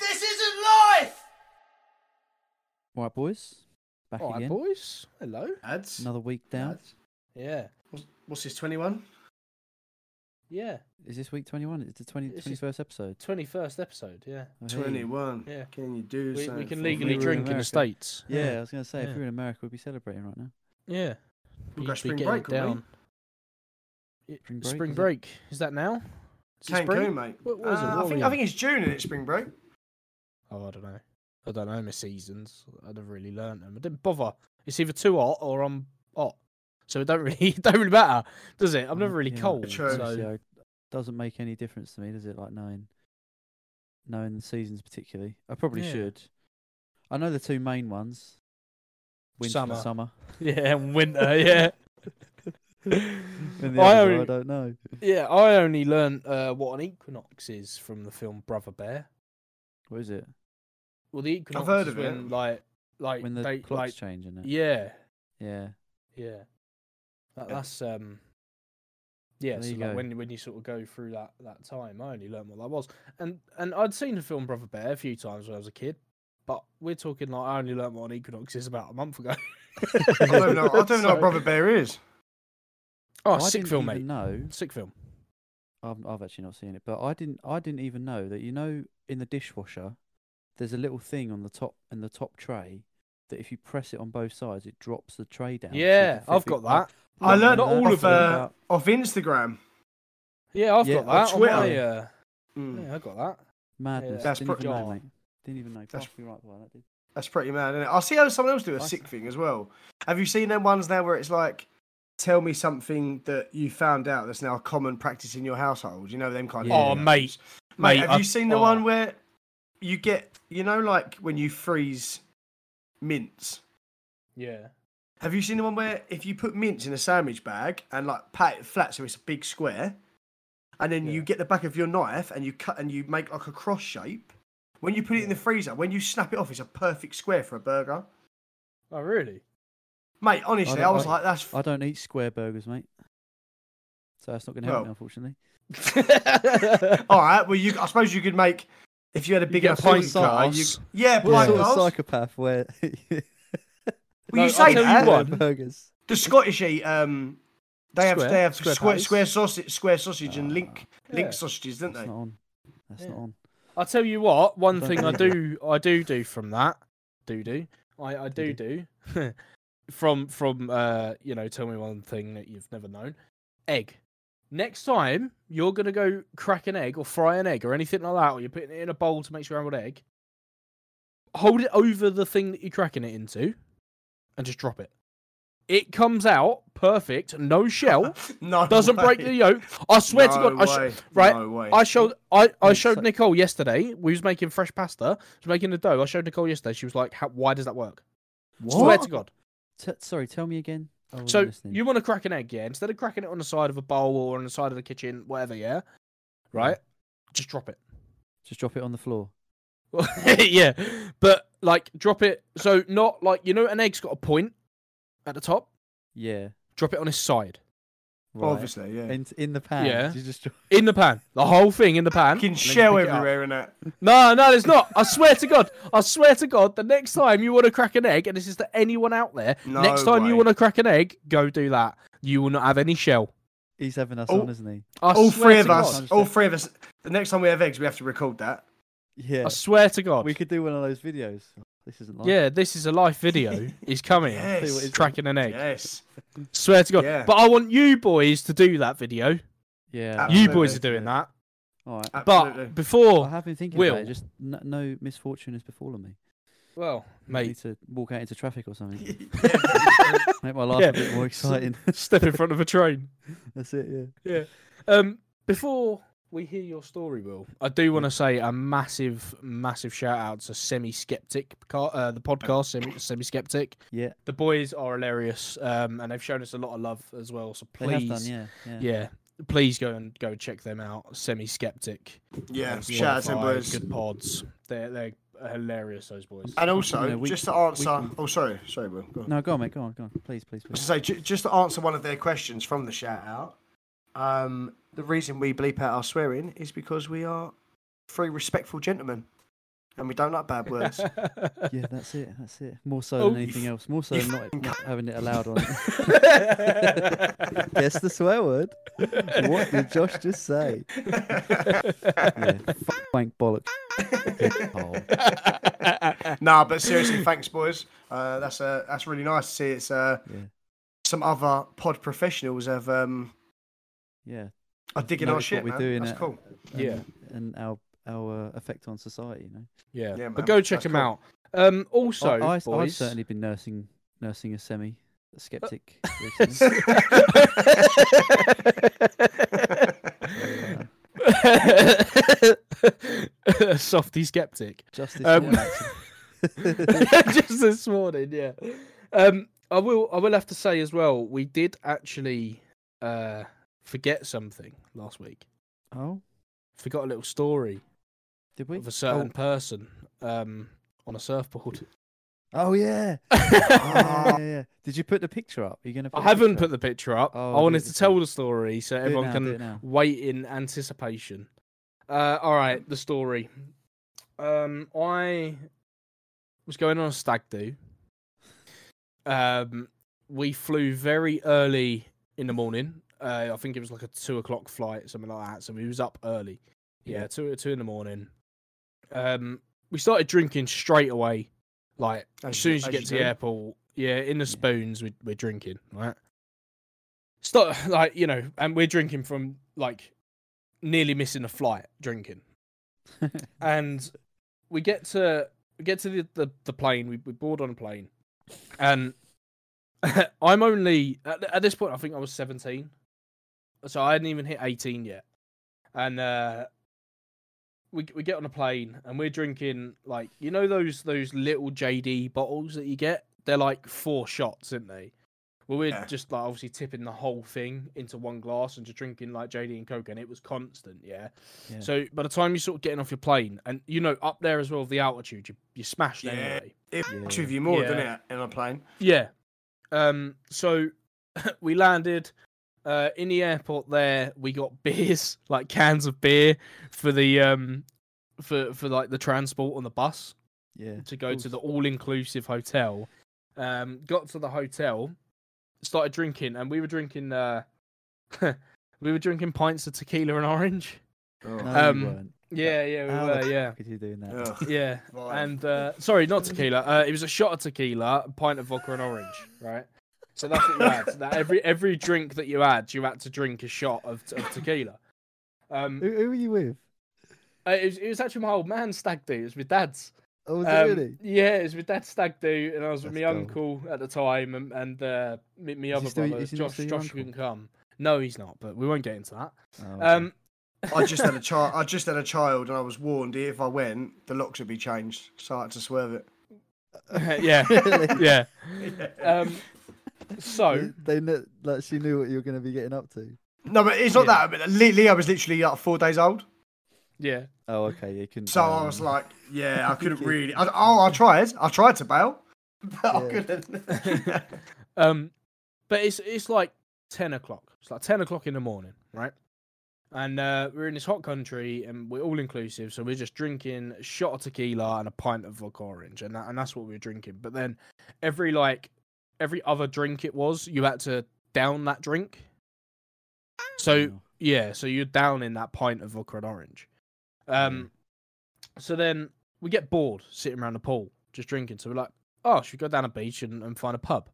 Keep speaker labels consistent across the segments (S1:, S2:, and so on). S1: This isn't life!
S2: All right, boys. Back
S3: All right,
S2: again.
S3: boys. Hello.
S1: Ads?
S2: Another week down.
S1: Ads.
S3: Yeah.
S1: What's this, 21?
S3: Yeah.
S2: Is this week 21? It's the 20,
S3: This is-
S2: 21st episode.
S3: Twenty-first episode. Yeah.
S2: Oh, hey.
S1: 21.
S3: Yeah.
S1: Can you do
S3: We, we
S1: something
S3: can
S1: for me?
S3: legally
S2: were in
S3: drink in, the
S2: America.
S3: states.
S2: Yeah, I was going to say,
S3: Yeah.
S2: if we were in America, we'd be celebrating right now.
S3: Yeah.
S1: We've
S3: You'd
S1: got
S3: be
S1: spring
S3: getting
S1: break,
S3: it
S1: haven't we?
S3: down. Y-
S2: Spring break,
S3: Spring
S2: is it?
S3: break. Is that now? Is it
S1: Cancun, mate.
S3: What was it?
S1: Uh,
S3: What
S1: I,
S3: were
S1: think,
S3: we
S1: I
S3: on?
S1: think it's June and it's spring break.
S3: Oh, I don't know. I don't know my seasons. I never really learned them. I didn't bother. It's either too hot or I'm hot. So it don't really it don't really matter, does it? I'm
S2: Oh,
S3: never really
S2: yeah.
S3: cold.
S1: True.
S2: Honestly,
S3: So
S2: I- doesn't make any difference to me, does it? Like knowing, knowing the seasons particularly. I probably
S3: Yeah.
S2: should. I know the two main ones. Winter
S3: Summer.
S2: and summer.
S3: yeah, and winter. Yeah.
S2: And the
S3: I
S2: other
S3: only-
S2: I don't know.
S3: yeah, I only learned uh, what an equinox is from the film Brother Bear.
S2: What is it?
S3: Well, the equinox
S1: heard
S3: is
S1: of it.
S3: when like like
S2: When the
S3: they
S2: clocks
S3: like
S2: change, isn't it?
S3: yeah
S2: Yeah.
S3: yeah. That,
S1: Yeah.
S3: that's um yeah.
S2: There
S3: So
S2: you
S3: like
S2: go.
S3: when when you sort of go through that that time, I only learned what that was, and and I'd seen the film Brother Bear a few times when I was a kid. But we're talking like I only learned what an equinox is about a month ago.
S1: I don't know, I don't know
S3: So-
S1: what Brother Bear is.
S3: Oh,
S2: I
S3: sick
S2: didn't
S3: film, mate.
S2: even know
S3: Sick film.
S2: I've I've actually not seen it, but I didn't I didn't even know that you know in the dishwasher there's a little thing on the top in the top tray that if you press it on both sides it drops the tray down. so you
S3: Yeah,
S2: can fit
S3: I've
S2: it-
S3: got that.
S1: I
S2: Not
S1: learned
S2: that,
S1: all
S2: I've
S1: of,
S2: learned
S1: uh,
S2: that.
S1: Off Instagram.
S3: Yeah, I've
S2: Yeah,
S3: got
S2: on
S3: that. On
S1: Twitter.
S3: my, uh,
S1: Mm.
S3: yeah, I got that.
S2: madness.
S1: That's
S2: Didn't
S1: pro-
S2: even know,
S3: John.
S2: mate. Didn't even know.
S1: That's-
S2: Pass me right by that, did.
S1: That's pretty mad, isn't it? I see how someone else do a
S2: Nice.
S1: sick thing as well. Have you seen them ones now where it's like, tell me something that you found out that's now a common practice in your household? You know, them kind
S2: Yeah.
S1: of
S3: Oh,
S1: videos.
S3: mate,
S1: Mate,
S3: Mate,
S1: have
S3: I-
S1: you seen the
S3: oh.
S1: one where you get, you know, like when you freeze mints?
S3: Yeah.
S1: Have you seen the one where if you put mints in a sandwich bag and like pat it flat so it's a big square, and then you
S3: Yeah.
S1: get the back of your knife and you cut and you make like a cross shape? When you put it in the
S3: Yeah.
S1: freezer, when you snap it off, it's a perfect square for a burger.
S3: Oh, really?
S1: Mate, honestly,
S2: don't
S1: I, was
S2: like-
S1: like, that's
S2: I don't eat square burgers, mate. So that's not going to help me,
S1: Well,
S2: unfortunately.
S1: All right. Well, you. I suppose you could make if you had a big
S3: get
S1: enough
S3: pint
S1: pint glass. You,
S3: glass.
S1: yeah,
S2: What
S1: pint
S2: sort
S1: glass.
S2: of psychopath where
S1: well,
S3: No,
S1: you
S3: I'll
S1: say
S3: tell you
S1: that.
S3: what. one.
S2: burgers?
S1: The Scottish eat. Um, they have
S3: Square-
S1: they have
S3: square
S1: square
S3: patties.
S1: square sausage, square sausage and link
S3: Yeah.
S1: link sausages, don't
S2: That's
S1: they?
S2: not on. That's
S3: Yeah.
S2: not on.
S3: I'll tell you what. One
S2: don't
S3: thing I
S2: believe
S3: do, I do do from that, do do, I, I do do, from from uh, you know, tell me one thing that you've never known. Egg. Next time you're gonna go crack an egg or fry an egg or anything like that, or you're putting it in a bowl to make scrambled egg. Hold it over the thing that you're cracking it into, and just drop it. It comes out perfect, no shell,
S1: No.
S3: doesn't break
S1: way.
S3: the yolk. I swear to
S1: No
S3: God, I, sh-
S1: way,
S3: right,
S1: No way.
S3: I showed I, I
S2: Mate,
S3: showed
S2: so-
S3: Nicole yesterday. We was making fresh pasta. She was making the dough. I showed Nicole yesterday. She was like, How, "Why does that work?" Swear to God.
S2: T- sorry, tell me again. I wasn't
S3: So
S2: listening.
S3: you want to crack an egg, yeah? Instead of cracking it on the side of a bowl or on the side of the kitchen, whatever, yeah, right? Just drop it.
S2: just drop it on the floor.
S3: yeah, but like drop it. So not like you know, an egg's got a point at the top.
S2: Yeah.
S3: Drop it on its side
S2: Right.
S1: Obviously, yeah.
S2: In in the pan.
S3: Yeah.
S2: You just drop...
S3: in the pan. The whole thing in the pan.
S1: Fucking shell
S3: pick it up.
S1: everywhere uh, in that.
S3: No, no, there's not. I swear to God. I swear to God, the next time you want to crack an egg, and this is to anyone out there,
S1: No
S3: next time you
S1: way.
S3: want to crack an egg, go do that. You will not have any shell.
S2: He's having us
S1: Oh.
S2: on, isn't he?
S3: I
S1: All
S3: swear
S1: three of
S3: to
S1: us.
S3: God.
S1: All three of us. The next time we have eggs, we have to record that.
S2: Yeah.
S3: I swear to God.
S2: We could do one of those videos. This isn't like
S3: Yeah, this is a live video. He's coming.
S1: Yes.
S3: It's cracking an egg.
S1: Yes.
S3: Swear to God.
S1: Yeah.
S3: But I want you boys to do that video.
S2: Yeah.
S1: Absolutely.
S3: You boys are doing that.
S2: All right.
S1: Absolutely.
S2: I
S3: But before,
S2: have been thinking about
S3: Will.
S2: it. Just no, no misfortune has befallen me.
S3: well,
S2: I
S3: mate,
S2: need to walk out into traffic or something.
S1: Yeah.
S2: Make my life
S3: Yeah.
S2: a bit more
S3: So-
S2: exciting.
S3: step in front of a train.
S2: That's it. Yeah.
S3: Um, before we hear your story, Will, I do
S2: Mm.
S3: want to say a massive, massive shout out to Semi Skeptic, uh, the podcast Semi Skeptic.
S2: Yeah.
S3: The boys are hilarious, um, and they've shown us a lot of love as well. So
S2: They
S3: please,
S2: have done. Yeah. Yeah.
S3: yeah, please go and go check them out. Semi Skeptic,
S1: yeah. Shout out to them boys.
S3: good pods. They're they're hilarious. Those boys.
S1: And also,
S2: know, we-
S1: just to answer.
S2: we-
S1: Oh, sorry, sorry, Will. Go on.
S2: No, go on, mate. Go on. Go on. Please, please,
S1: I was to
S2: please.
S1: say, ju- just to answer one of their questions from the shout out, um, the reason we bleep out our swearing is because we are three respectful gentlemen and we don't like bad words.
S2: Yeah, that's it. That's it. More so
S3: Oh,
S2: than
S3: you
S2: anything
S3: f-
S2: else. More so
S1: you
S2: than not,
S1: fucking
S2: not having it allowed on.
S3: yes.
S2: Guess the swear word. What did Josh just say? Yeah, fuck, wank, bollocks. Hole.
S1: nah, but seriously, thanks, boys. Uh, that's uh, that's really nice to see. It's uh,
S2: Yeah.
S1: some other pod professionals have um,
S2: Yeah.
S1: are digging our
S2: Notice what
S1: shit,
S2: we're
S1: man.
S2: doing
S1: that's
S2: at-
S1: cool.
S2: and-
S3: Yeah.
S2: And our our uh, effect on society, you know.
S3: Yeah,
S1: Yeah,
S3: but
S1: man,
S3: go check
S1: that's
S3: him
S1: cool.
S3: out. Um, also,
S2: I, I, I've
S3: boys,
S2: certainly been nursing nursing a semi skeptic. recently, so, uh,
S3: Softy skeptic.
S2: just this
S3: Um,
S2: morning, actually.
S3: Just this morning, yeah. Um, I will. I will have to say as well. We did actually uh, forget something last week.
S2: oh,
S3: Forgot a little story
S2: did we?
S3: of a certain person um, on a surfboard.
S2: Oh yeah. yeah, yeah, yeah. Did you put the picture up? Are you gonna? Put
S3: Ah. I
S2: the
S3: haven't
S2: picture
S3: put the picture up.
S2: Oh,
S3: I
S2: do
S3: wanted
S2: it
S3: to
S2: yourself.
S3: tell the story so
S2: up?
S3: everyone
S2: do it now,
S3: can
S2: do it now.
S3: wait in anticipation. Uh, all right, the story. Um, I was going on a stag do. Um, we flew very early in the morning. Uh, I think it was like a two o'clock flight, something like that. So we was up early. Yeah,
S2: Yeah.
S3: two two in the morning. Um, we started drinking straight away. Like as,
S1: As
S3: soon
S1: you-
S3: as you
S1: as
S3: get
S1: you
S3: to the
S1: do.
S3: airport, yeah, in the spoons, we, we're drinking, right? Start like you know, and we're drinking from like nearly missing a flight, drinking, and we get to we get to the the, the plane. We, we board on a plane, and I'm only at, at this point. I think I was 17, so I hadn't even hit 18 yet, and uh, we we get on a plane and we're drinking like you know those those little JD bottles that you get. They're like four shots, aren't they? Well, we're
S1: Yeah.
S3: just like obviously tipping the whole thing into one glass and just drinking like JD and Coke, and it was constant, yeah.
S2: Yeah.
S3: So by the time you're sort of getting off your plane, and you know up there as well with the altitude, you you smashed
S1: Yeah.
S3: anyway.
S1: It
S2: Yeah.
S1: yeah. you more,
S3: Yeah.
S1: doesn't it, in a plane?
S3: Yeah. Um. So we landed uh, in the airport. There, we got beers, like cans of beer, for the um, for for like the transport on the bus
S2: Yeah.
S3: to go to
S2: course.
S3: the all inclusive hotel. Um, got to the hotel, started drinking, and we were drinking. Uh, we were drinking pints of tequila and orange.
S1: Oh.
S2: No, you
S3: um,
S2: weren't.
S3: Yeah, yeah, we
S2: How the
S3: were, yeah,
S2: Fuck are you doing that?
S1: Ugh,
S3: yeah.
S1: right.
S3: And uh, sorry, not tequila. Uh, it was a shot of tequila, a pint of vodka, and orange. Right. So that's what you had. That every every drink that you had, you had to drink a shot of, of tequila. Um,
S2: Who, who were you with?
S3: uh, it was, it was actually my old man's stag do. It was my dad's.
S2: Oh, was
S3: Um,
S2: it really?
S3: Yeah, it was my dad's stag do, and I was with my
S2: That's
S3: uncle at the time, and, and uh, my, my
S2: he
S3: other
S2: still-
S3: brother,
S2: is he not
S3: Josh.
S2: still your
S3: Josh
S2: uncle?
S3: couldn't come. No, he's not. But we won't get into that.
S2: Oh, okay.
S3: Um,
S1: I just had a child. I just had a child, and I was warned if I went, the locks would be changed, so I had to swerve it.
S3: yeah,
S2: Really?
S3: yeah. Um, so
S2: they, they kn- like she knew what you were going to be getting up to.
S1: No, but it's not
S3: Yeah.
S1: that. But Le- Leo was literally like four days old,
S3: yeah,
S2: Oh, okay. You couldn't.
S1: so I
S2: um,
S1: was like, "Yeah, I couldn't
S2: Yeah.
S1: really." I, oh, I tried. I tried to bail, but I
S2: Yeah.
S1: couldn't.
S3: Um, but it's it's like ten o'clock. It's like ten o'clock in the morning, right? And uh, we're in this hot country, and we're all inclusive, so we're just drinking a shot of tequila and a pint of vodka orange, and that, and that's what we were drinking. But then every like every other drink it was, you had to down that drink. So
S2: oh,
S3: yeah, so you're down in that pint of vodka and orange. Um, so then we get bored sitting around the pool just drinking. So we're like, oh, should we go down a beach and, and find a pub?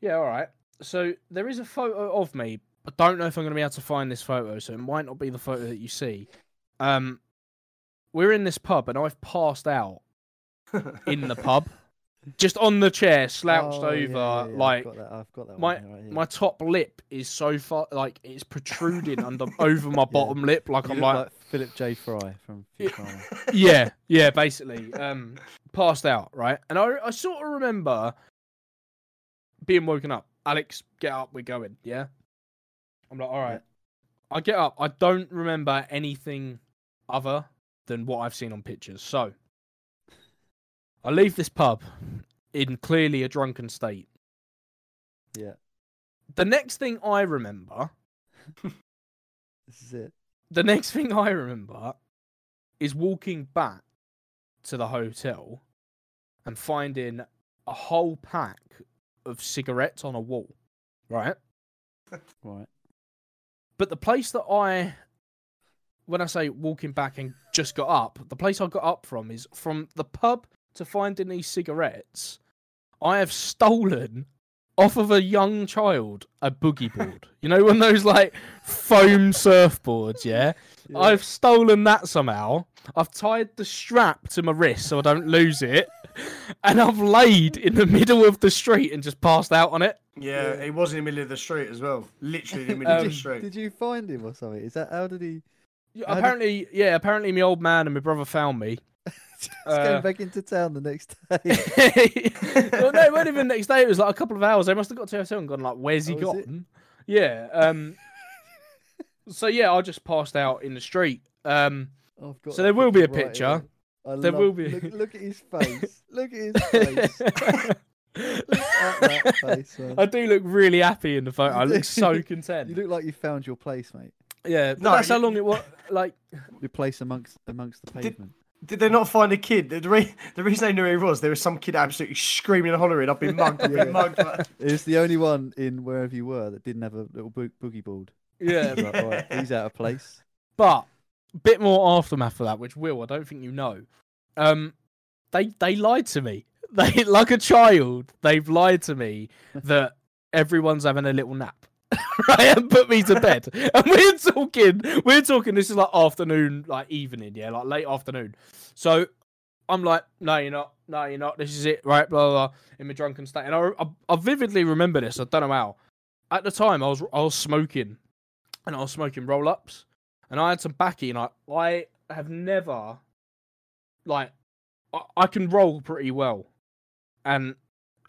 S3: Yeah, all right. So there is a photo of me. I don't know if I'm going to be able to find this photo, so it might not be the photo that you see. Um, we're in this pub, and I've passed out in the pub, just on the chair, slouched
S2: oh, yeah,
S3: over,
S2: yeah, yeah,
S3: like
S2: I've got that, I've got that
S3: my-
S2: one here, right here.
S3: my top lip is so far like it's protruding under over my bottom lip like
S2: You
S3: i'm
S2: look
S3: like,
S2: Philip J. Fry from Futurama.
S3: yeah yeah basically um passed out right and i i sort of remember being woken up alex get up we're going yeah i'm like all right i get up i don't remember anything other than what i've seen on pictures so i leave this pub in clearly a drunken state
S2: yeah,
S3: the next thing i remember
S2: this is it.
S3: the next thing I remember is walking back to the hotel and finding a whole pack of cigarettes on a wall, right?
S2: Right.
S3: But the place that I, when I say walking back and just got up, the place I got up from is from the pub to finding these cigarettes. I have stolen off of a young child a boogie board. you know, one of those like foam surfboards, yeah?
S2: Yeah.
S3: I've stolen that somehow. I've tied the strap to my wrist so I don't lose it. And I've laid in the middle of the street and just passed out on it.
S1: Yeah,
S2: Yeah.
S1: it was in the middle of the street as well. Literally in the middle of
S3: Um,
S1: the street.
S2: Did you find him or something? Is that how did he?
S3: Yeah,
S2: How did-
S3: Apparently, yeah, apparently my old man and my brother found me.
S2: Just
S3: Uh,
S2: going back into town the next day.
S3: well, no, it wasn't even the next day. It was like a couple of hours. They must have got to the hotel and gone like, "Where's he
S2: Oh, is it?
S3: gone?" Yeah. Um. so yeah, I just passed out in the street. Um.
S2: I've got that
S3: So there will be a
S2: right
S3: picture.
S2: away. I
S3: There
S2: love-
S3: will be-
S2: Look, look at his face. look at his face. At that face. man.
S3: I do look really happy in the photo.
S2: You
S3: I
S2: do.
S3: look so
S2: You
S3: content.
S2: look like you found your place, mate.
S3: yeah. but
S1: No,
S3: that's how
S1: you-
S3: long it was. Like,
S2: Your place amongst amongst the pavement.
S1: Did they not find a kid? The, re- the reason they knew he was, there was some kid absolutely screaming and hollering, I've been mugged, I've
S2: Yeah.
S1: been mugged. Like,
S2: It was the only one in wherever you were that didn't have a little bo- boogie board.
S3: yeah.
S2: Like, all right, he's out of place.
S3: But bit more aftermath of that, which Will, I don't think you know. Um, they they lied to me. They like a child. They've lied to me that everyone's having a little nap. right, and put me to bed. And we're talking, we're talking. This is like afternoon, like evening, yeah, like late afternoon. So I'm like, no, you're not. No, you're not. This is it, right? Blah blah. blah in my drunken state, and I, I, I vividly remember this. I don't know how. At the time, I was I was smoking, and I was smoking roll ups, and I had some backy, and I I have never, like, I, I can roll pretty well, and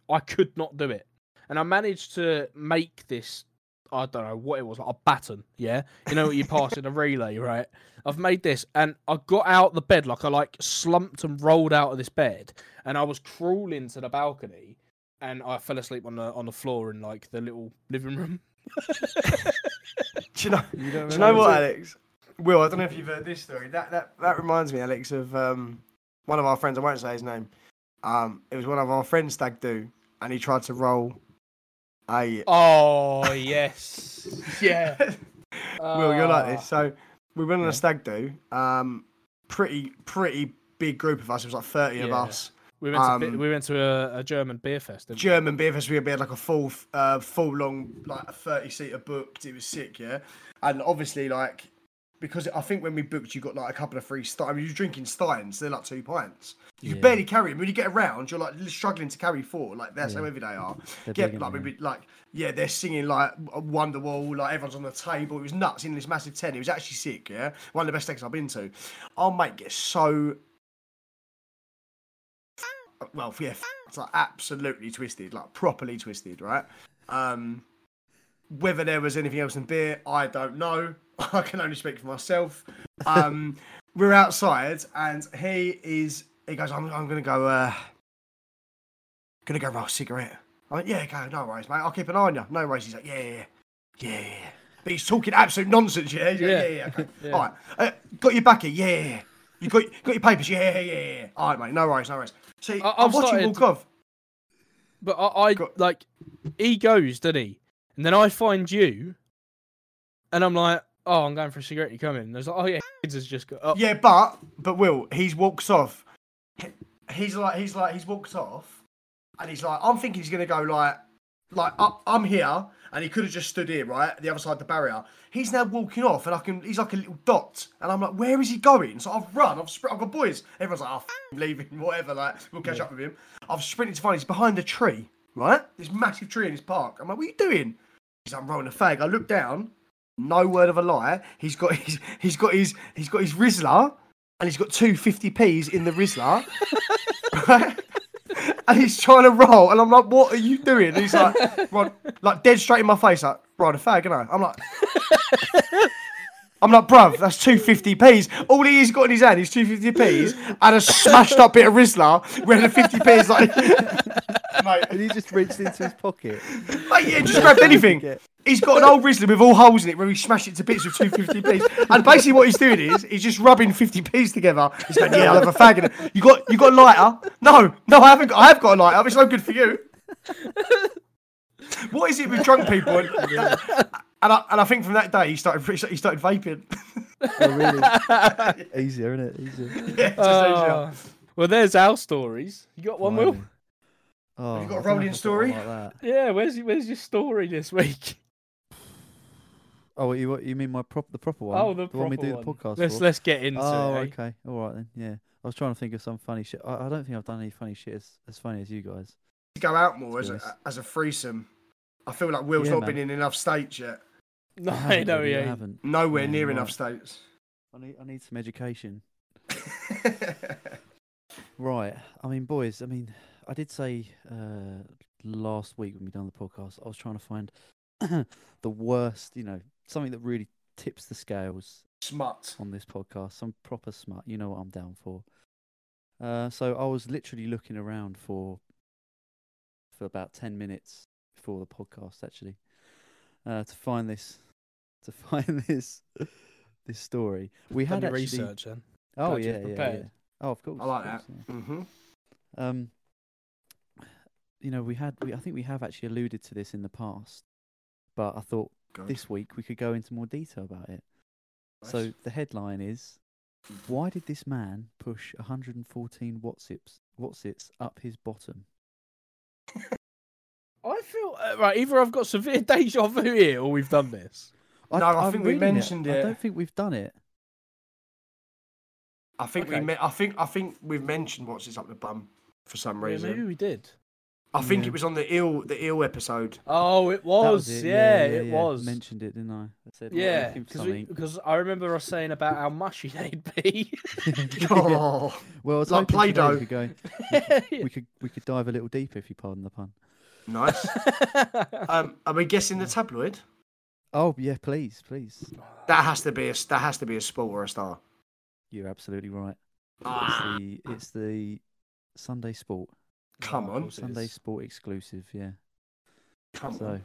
S3: I could not do it, and I managed to make this. I don't know what it was, like a baton, yeah? You know what you pass in a relay, right? I've made this and I got out the bed, like I like slumped and rolled out of this bed and I was crawling to the balcony, and I fell asleep on the on the floor in like the little living room.
S1: do you know,
S2: You don't
S1: do you know
S2: remember?
S1: what, Alex? Will, I don't know if you've heard this story. That, that, that reminds me, Alex, of um, one of our friends, I won't say his name. Um, it was one of our friends, Stag Do, and he tried to roll a
S3: Oh yes, yeah.
S1: Will, you're like
S3: Ah.
S1: this. So we went on
S3: Yeah.
S1: a stag do. Um, pretty pretty big group of us. It was like thirty of
S3: Yeah.
S1: us.
S3: We went to, bi-
S1: Um,
S3: we went to a, a German beer fest. Didn't we?
S1: German beer fest. We had like a full uh, full long like a thirty seater booked. It was sick, yeah. And obviously like because I think when we booked, you got like a couple of free steins. I mean, you're drinking steins. They're like two pints. You
S2: Yeah.
S1: can barely carry them. When you get around, you're like struggling to carry four. Like that's how
S2: Yeah.
S1: heavy they are.
S2: They're
S1: Yeah,
S2: big,
S1: like,
S2: aren't
S1: we'd be- like yeah, they're singing like Wonderwall, like everyone's on the table. It was nuts in this massive tent. It was actually sick, yeah. One of the best things I've been to. Our mate gets so well, yeah, it's like absolutely twisted, like properly twisted, right? Um, whether there was anything else in beer, I don't know. I can only speak for myself. Um, we're outside, and he is. He goes, "I'm, I'm gonna go. Uh, gonna go roll a cigarette." I went, "Yeah, go. No worries, mate. I'll keep an eye on you. No worries." He's like, "Yeah, yeah, yeah, yeah." yeah, yeah." But he's talking absolute nonsense. Yeah, yeah, yeah.
S3: Yeah.
S1: yeah, okay.
S3: Yeah.
S1: All right, uh, got your back here. Yeah, yeah, yeah. You got got your papers. Yeah, yeah, yeah, yeah. All right, mate. No worries, no worries. See,
S3: I-
S1: I, am
S3: I've
S1: watching
S3: started-
S1: walk off.
S3: But I, I
S1: Go-
S3: like he goes, did he? And then I find you, and I'm like, oh, I'm going for a cigarette. You coming? And I was like, oh yeah, kids has just got. Oh,
S1: Yeah, but but Will, he's walks off. He- He's like he's like he's walked off, and he's like I'm thinking he's gonna go like like up, I'm here, and he could have just stood here right the other side of the barrier. He's now walking off, and I can he's like a little dot, and I'm like where is he going? So I've run, I've spr- I've got boys. Everyone's like oh, f- him, leave him, whatever. Like we'll catch up with him. I've sprinted to find he's behind the tree, right? This massive tree in his park. I'm like what are you doing? He's like, I'm rolling a fag. I look down. No word of a lie. He's got his he's got his he's got his Rizzler and he's got two 50p's in the Rizzler. right? And he's trying to roll, and I'm like, "What are you doing?" And he's like, "Rod," like dead straight in my face, like, "Rod, a fag," and I, I'm like, "I'm like, bruv, that's two 50p's. All he's got in his hand is two 50p's and a smashed up bit of Rizzler, where the 50p is like, mate,
S2: And he just reached into his pocket.
S1: mate, yeah, just grabbed anything.
S2: Get-
S1: He's got an old Risley with all holes in it where he smashed it to bits with two 50p's. And basically what he's doing is he's just rubbing 50p's together. He's going, yeah, I'll have a fag in it. You got, you got a lighter? No, no, I haven't got, I have got a lighter. but It's no good for you. What is it with drunk people? And, and, I, and I think from that day he started, he started vaping.
S2: Oh, really? Easier, isn't it? Easier.
S1: yeah, it's just easier.
S3: Oh, well, there's our stories. You got one, Will?
S2: Blimey. Oh,
S1: got a
S2: I don't
S1: rolling
S2: know if I've got one
S1: story?
S2: like that.
S3: Yeah. Where's your, where's your story this week?
S2: Oh, you what- you mean my prop the proper one?
S3: Oh, the
S2: one we
S3: proper
S2: do
S3: one.
S2: the podcast.
S3: Let's
S2: for?
S3: let's get into
S2: oh,
S3: it. eh?
S2: okay. All right then. Yeah, I was trying to think of some funny shit. I, I don't think I've done any funny shit as, as funny as you guys.
S1: To go out more as
S2: Nice.
S1: a, as a threesome. I feel like Will's
S2: Yeah,
S1: not
S2: man.
S1: been in enough states yet.
S3: No,
S2: haven't,
S3: no,
S2: really, I
S3: yeah.
S2: haven't.
S1: Nowhere
S2: Yeah,
S1: near
S2: you're
S1: enough
S2: right.
S1: states.
S2: I need I need some education. Right. I mean, boys. I mean, I did say uh, last week when we done the podcast, I was trying to find the worst. You know, something that really tips the scales
S1: Smut.
S2: on this podcast. Some proper smut. You know what I'm down for. Uh, so I was literally looking around for for about ten minutes before the podcast, actually, uh, to find this to find this this story. We
S3: Done
S2: had
S3: your
S2: actually.
S3: research then.
S2: Oh
S3: Glad you've
S2: yeah, yeah, yeah.
S3: prepared.
S2: Oh, of course.
S1: I like
S2: of course,
S1: that. hmm
S2: yeah. Um, you know, we had. We, I think we have actually alluded to this in the past, but I thought this week we could go into more detail about it. So the headline is Why did this man push 114 Watsits Watsits up his bottom?
S3: I feel uh, right. Either I've got severe deja vu here, or we've done this.
S1: No, I think we
S2: reading it.
S1: mentioned
S2: I
S1: it.
S2: don't think we've done it.
S1: I think we
S3: okay.
S1: me- I think I think we've mentioned what's his up the bum for some
S3: Yeah,
S1: reason.
S3: maybe we did.
S1: I think
S2: Yeah.
S1: it was on the eel the eel episode.
S3: Oh, it
S2: That
S3: was.
S2: it,
S3: yeah, it was.
S2: Mentioned it, didn't I? I said, "Look,
S3: yeah,
S2: looking for something."
S3: because I remember us saying about how mushy they'd be.
S1: Oh,
S2: well, I was
S1: like
S2: hoping today
S1: Play-Doh.
S2: We could, go, we could we could dive a little deeper if you pardon the pun.
S1: nice. Um, are we guessing the tabloid?
S2: Oh yeah, please, please.
S1: That has to be a s- that has to be a sport or a star.
S2: You're absolutely right. It's
S1: Ah,
S2: the, it's the Sunday Sport,
S1: come
S3: Of
S1: on,
S3: course it
S2: Sunday
S3: is.
S2: Sport exclusive. Yeah.
S1: come
S2: So.
S1: on.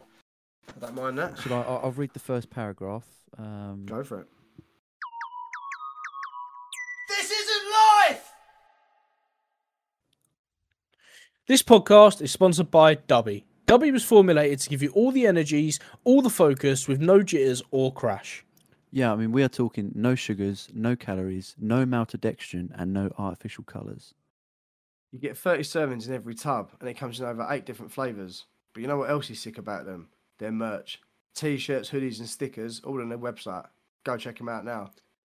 S1: I don't mind that.
S2: Should I? I'll I'll read the first paragraph. Um,
S1: Go for it.
S4: This isn't life!
S3: This podcast is sponsored by Dubby. Dubby was formulated to give you all the energies, all the focus, with no jitters or crash.
S2: yeah, I mean, we are talking no sugars, no calories, no maltodextrin, and no artificial colours.
S1: You get 30 servings in every tub, and it comes in over eight different flavours. But you know what else is sick about them? Their merch. T shirts, hoodies, and stickers, all on their website. Go check them out now.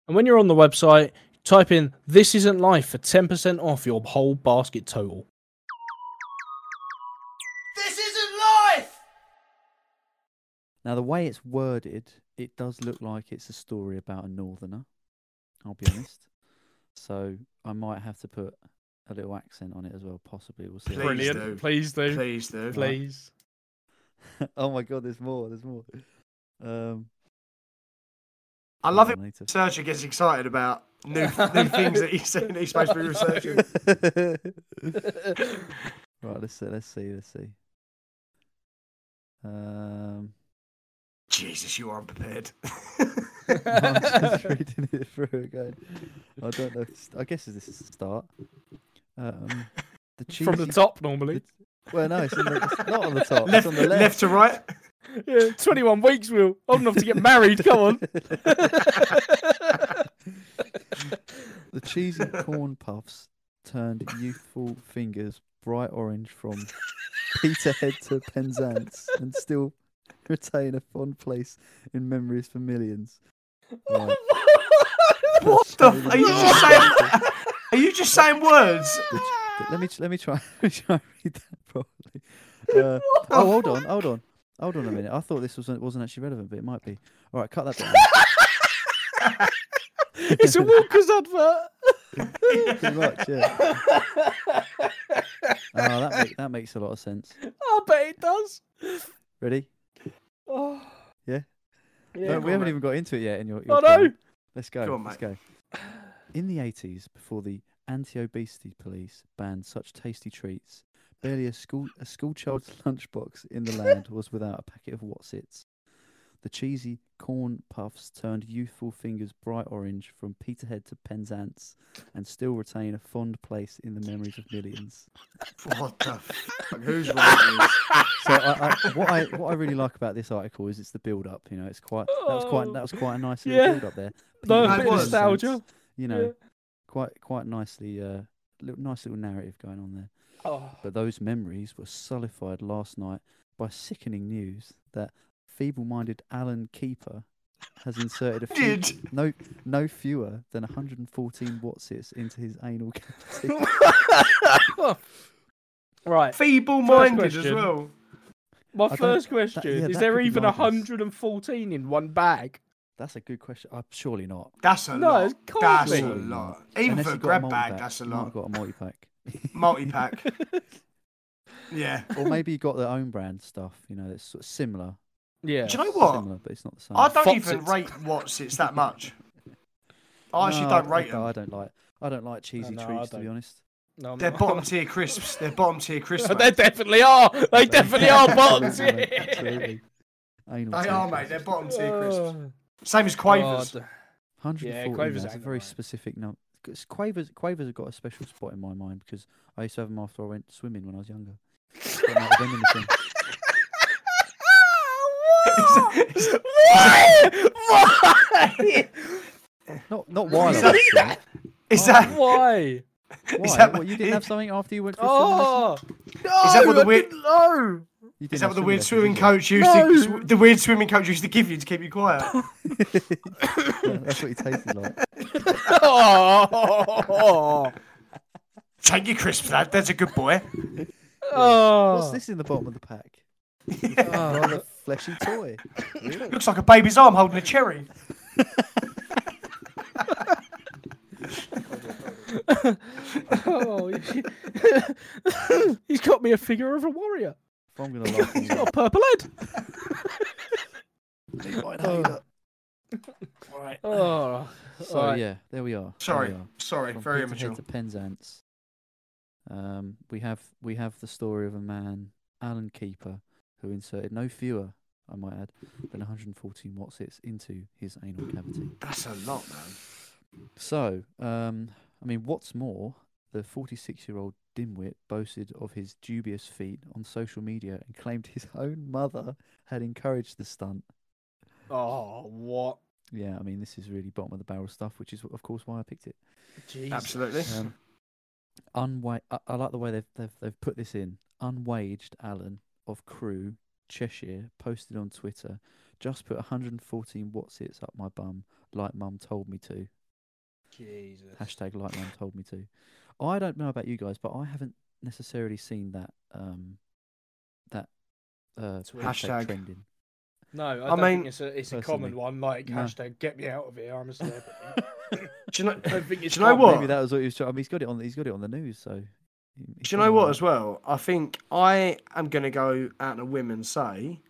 S3: And when you're on the website, type in "This Isn't Life" for ten percent off your whole basket total.
S4: This isn't life!
S2: Now, the way it's worded, it does look like it's a story about a northerner. I'll be honest. So I might have to put a little accent on it as well. Possibly, we'll see.
S1: Please Brilliant. do.
S3: Please do.
S1: Please do.
S3: Please.
S2: oh my God, there's more. There's more. Um,
S1: I
S2: hold
S1: love it.
S2: on, I need to-
S1: Researcher gets excited about new, new things that he's, that he's supposed to be researching.
S2: right, let's see. Let's see. Let's see. Um.
S1: Jesus, you are unprepared.
S2: I'm just reading it through again. I don't know. If it's, I guess this is the start. Um, the cheesy,
S3: From the top, normally.
S2: Well, no, it's, in the, it's not on the top.
S1: left,
S2: it's on the left.
S1: left to right.
S3: Yeah, 21 weeks, Will. Old enough to get married. Come on.
S2: The cheesy corn puffs turned youthful fingers bright orange from Peterhead to Penzance and still retain a fond place in memories for millions. Right.
S1: What the
S2: That's
S1: f- are you
S2: really
S1: just
S2: good.
S1: saying? Are you just saying words?
S2: The ch- the- let me tr- let me try let me try and read that properly. Uh, oh, hold on, hold on, hold on a minute. I thought this wasn't wasn't actually relevant, but it might be. All right, cut that. Down.
S3: it's a Walker's advert.
S2: Pretty much, yeah. Ah, that make, that makes a lot of sense.
S3: I bet it does.
S2: Ready?
S3: Oh.
S2: Yeah?
S3: Yeah.
S2: No,
S1: go
S2: we
S1: on,
S2: haven't
S1: mate.
S2: even got into it yet. In your, your
S3: I know.
S2: plan. Let's go.
S1: Go on,
S2: let's go. In the 80s, before the anti-obesity police banned such tasty treats, barely a school a school child's lunchbox in the land was without a packet of Watsits. The cheesy corn puffs turned youthful fingers bright orange from Peterhead to Penzance and still retain a fond place in the memories of millions.
S1: What the fuck? Who's writing this?
S2: So I, I, what I what I really like about this article is it's the build up. You know, it's quite that was quite that was
S1: Oh.
S2: quite a nice little
S3: Yeah.
S2: build up there.
S3: No,
S1: a bit
S2: Peter Pan
S1: of
S2: Penzance,
S3: nostalgia.
S2: You know,
S3: Yeah.
S2: quite quite nicely uh, little, nice little narrative going on there.
S3: Oh.
S2: But those memories were sullified last night by sickening news that feeble-minded Alan Keeper has inserted a few,
S1: Did.
S2: no no fewer than 114 watsits into his anal cavity.
S3: right.
S1: Feeble-minded as
S3: question.
S1: well.
S3: My
S2: don't-
S3: first question:
S2: yeah,
S3: Is
S2: that
S3: there
S2: could be
S3: even
S2: like this.
S3: 114 in one bag?
S2: That's a good question. Uh, surely not.
S1: That's a
S3: No,
S1: lot.
S3: it can't
S1: That's
S3: be.
S1: a lot. Even
S2: Unless
S1: for a
S2: you've got
S1: grab
S2: multi-pack,
S1: bag, that's a
S2: you might have
S1: lot.
S2: Got a multi-pack,
S1: Multi-pack. Yeah.
S2: or maybe you got their own brand stuff. You know, that's sort of similar.
S3: yeah.
S1: Do you know what?
S2: Similar, but it's not the same.
S1: I don't
S3: Fox
S1: even
S3: it.
S1: rate what's it's that much. I actually
S2: No,
S1: don't
S2: I-
S1: rate
S2: I,
S1: them.
S2: don't like. I don't like cheesy
S3: no, I
S2: treats to be
S3: don't.
S2: honest.
S3: No, I'm
S1: They're
S3: not.
S1: bottom tier crisps. They're bottom tier crisps.
S3: they
S1: mate.
S3: definitely are. They definitely are bots.
S2: Absolutely, mate, absolutely. Anal
S1: They
S2: tape
S1: are,
S2: crisps.
S1: mate. They're bottom tier crisps. Same as Quavers.
S3: God.
S2: 140
S3: Quavers
S2: that's
S3: ain't
S2: a
S3: that
S2: very
S3: right.
S2: specific number. Quavers, Quavers have got a special spot in my mind because I used to have them after I went swimming when I was younger. Don't matter them anything.
S3: Why? Why?
S2: Not, not while I
S1: Is
S2: was swimming.
S1: Is that is
S3: Why?
S2: Why?
S1: that
S2: what, you didn't have something after you went for a swim lesson?
S3: Oh, no,
S1: that what the
S3: I
S1: weird-
S3: didn't know.
S2: You
S1: that
S2: didn't have
S1: what the weird
S2: lessons,
S1: swimming
S2: did
S1: coach used
S3: No.
S1: to sw- the weird swimming coach used to give you to keep you quiet?
S2: you? Yeah, That's what he tasted like.
S3: oh,
S1: Take your crisps, lad. That's a good boy. Oh.
S3: Oh.
S2: What's this in the bottom of the pack? Rather fleshy toy.
S1: Looks like a baby's arm holding a cherry.
S3: oh, he's got me a figure of a warrior.
S2: If I'm gonna laugh,
S3: He's got a purple head.
S1: Right.
S3: Oh,
S2: So
S3: Alright.
S2: yeah, there we are. there
S1: Sorry,
S2: we are.
S1: sorry,
S2: From
S1: very
S2: Peterhead
S1: immature.
S2: to Penzance. Um, we have we have the story of a man, Alan Keeper, who inserted no fewer, I might add, than 114 watsits into his anal cavity.
S1: That's a lot, man.
S2: So, um, I mean, what's more, the 46-year-old dimwit boasted of his dubious feat on social media and claimed his own mother had encouraged the stunt.
S3: oh, what?
S2: Yeah, I mean, this is really bottom of the barrel stuff, which is of course why I picked it.
S3: Jesus.
S1: Absolutely.
S2: Um, unwa- I, I like the way they've, they've they've put this in. Unwaged Alan of Crew Cheshire posted on Twitter, just put 114 watsits up my bum, like mum told me to.
S3: Jesus.
S2: Hashtag like mum told me to. I don't know about you guys, but I haven't necessarily seen that um that uh,
S3: Tweet.
S1: Hashtag.
S2: trending.
S3: No, I,
S1: I
S3: don't
S1: mean-
S3: think it's a it's a common
S2: Personally.
S3: one. Like
S2: No.
S3: hashtag get me out of here. I'm a celebrity.
S1: Do you know?
S3: I don't think it's
S1: Do you know
S3: common.
S1: what?
S2: Maybe that was what he was trying. I mean, he's got it on. He's got it on the news. So. he- he's
S1: Do you
S2: done
S1: know
S2: all
S1: what
S2: right.
S1: as well? I think I am going to go out on a whim and say,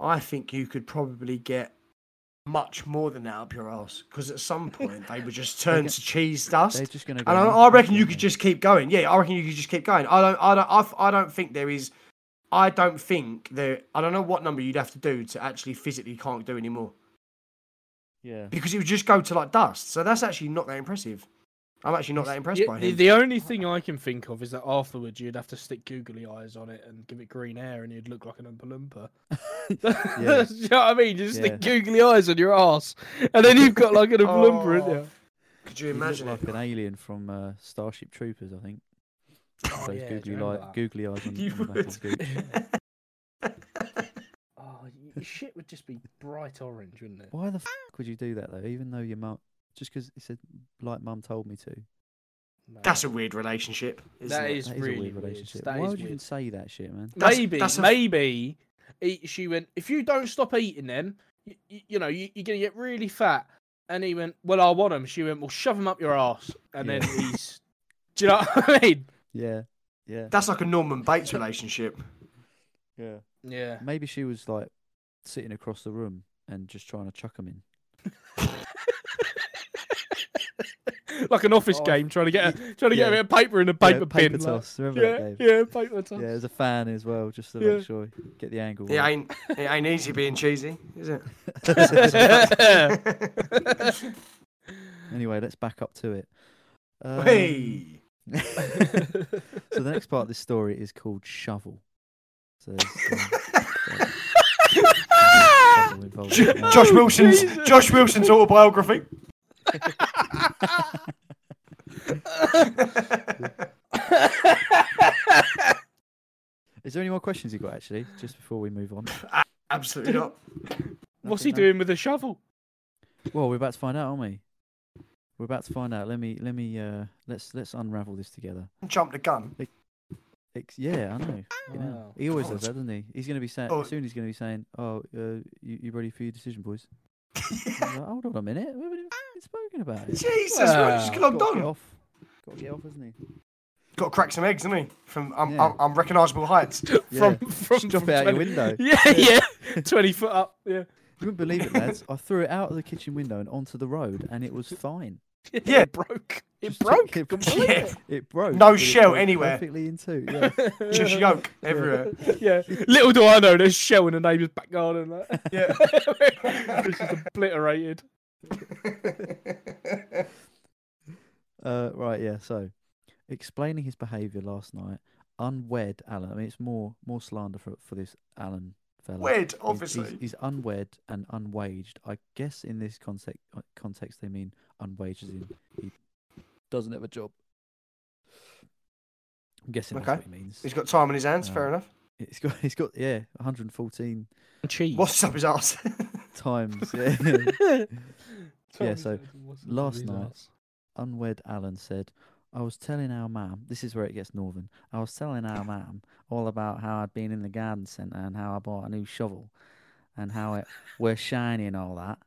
S1: I think you could probably get much more than that up your ass because at some point they would just turn
S2: get-
S1: to cheese dust.
S2: They're just going to.
S1: And I, I reckon you could just keep going. Yeah, I reckon you could just keep going. I don't, I don't, I, f- I don't think there is. I don't think there. I don't know what number you'd have to do to actually physically can't do anymore
S2: Yeah.
S1: because it would just go to like dust. So that's actually not that impressive. I'm actually not that impressed
S3: Yeah,
S1: by
S3: the,
S1: him.
S3: the only thing I can think of is that afterwards you'd have to stick googly eyes on it and give it green hair, and you'd look like an Oompa Loompa.
S2: Yeah.
S3: Do you know what I mean? You just
S2: Yeah.
S3: stick googly eyes on your ass, and then you've got like an Oompa Loompa in
S1: Oh.
S3: there.
S1: Could you
S2: You look
S1: imagine it?
S2: like an alien from uh, Starship Troopers, I think.
S3: Oh,
S2: Those
S3: yeah, do you
S2: googly,
S3: remember
S2: li-
S3: that?
S2: googly eyes on,
S1: You
S2: on the back of the goog-
S3: Oh, y- your shit would just be bright orange, wouldn't it?
S2: Why the f- would you do that though? Even though your mum, just because it said like mum told me to.
S3: No.
S1: That's a weird relationship. Isn't
S3: That
S1: it?
S3: is
S2: That
S3: really
S2: a weird
S3: weird.
S2: relationship.
S3: That
S2: Why
S3: is
S2: would you even
S3: weird.
S2: say that shit, man?
S1: That's-
S3: maybe,
S1: that's a-
S3: maybe he, she went. If you don't stop eating them, you, you know you, you're gonna get really fat. And he went, "Well, I want them." She went, "Well, shove them up your ass." And then
S2: Yeah.
S3: he's, do you know what I mean?
S2: Yeah, yeah,
S1: That's like a Norman Bates relationship.
S2: yeah.
S3: Yeah.
S2: Maybe she was like sitting across the room and just trying to chuck 'em in.
S3: like an office
S2: Oh, I-
S3: game, trying to get a, trying to get a
S2: yeah.
S3: bit of paper in a paper
S2: yeah,
S3: bin.
S2: paper
S3: like,
S2: toss. Remember
S3: yeah,
S2: that game?
S3: yeah, paper toss.
S2: Yeah, there's a fan as well, just to
S3: Yeah.
S2: make sure you get the angle.
S1: It
S2: right.
S1: ain't it ain't easy being cheesy, is it?
S2: Anyway, let's back up to it. Um,
S1: Hey,
S2: so the next part of this story is called Shovel. So there's, um,
S3: Ah!
S2: shovel involved in that.
S1: Josh Wilson's
S3: Jesus.
S1: Josh Wilson's autobiography.
S2: Is there any more questions you got actually? Just before we move on.
S1: Absolutely not.
S3: What's
S2: Nothing,
S3: he
S2: no?
S3: doing with a shovel?
S2: Well, we're about to find out, aren't we? We're about to find out. Let me, let me, uh, let's let's unravel this together.
S1: Jump the gun.
S2: Ex- yeah, I know. fucking hell.
S3: Wow.
S2: He always
S1: God.
S2: does that, doesn't he? He's going to be saying
S1: Oh.
S2: soon. He's going to be saying, "Oh, uh, you, you ready for your decision, boys?" I'm like, Hold on a minute. We haven't even spoken about it.
S1: Jesus, we're just
S3: Wow.
S1: logged
S2: Gotta get
S1: on.
S2: off. Got to get off, isn't he?
S1: Got to crack some eggs, hasn't he? From um,
S2: Yeah.
S1: um, unrecognisable heights.
S2: Yeah.
S3: From from
S2: Just drop
S3: from
S2: it out your
S3: 20
S2: window.
S3: Yeah, yeah. Twenty foot up. Yeah.
S2: You wouldn't believe it, lads. I threw it out of the kitchen window and onto the road, and it was fine.
S1: Yeah.
S3: It broke. It
S2: Just-
S3: broke.
S2: it broke.
S3: completely.
S1: Yeah.
S2: It broke.
S1: No
S2: but it
S1: shell
S2: broke
S1: anywhere.
S2: Perfectly in two. Yeah.
S1: Just yolk everywhere.
S3: yeah. Little do I know, there's shell in the neighbour's back garden. Like.
S1: Yeah.
S3: it's just obliterated.
S2: Uh, right, yeah. So, explaining his behaviour last night, unwed Alan. I mean, it's more more slander for for this Alan fella. He's-
S1: Weird,
S2: he's-
S1: obviously.
S2: he's, unwed and unwaged. I guess in this context uh, context they mean unwaged as in he doesn't have a job. I'm guessing
S1: Okay.
S2: that's what he means.
S1: He's got time on his hands.
S2: Uh,
S1: fair enough.
S2: He's got he's got yeah, 114
S3: Cheese.
S1: What's up his ass?
S2: times. Yeah.
S3: yeah,
S2: so, last night- unwed Alan said, I was telling our ma'am, this is where it gets northern. I was telling our ma'am all about how I'd been in the garden centre and how I bought a new shovel and how it were shiny and all that.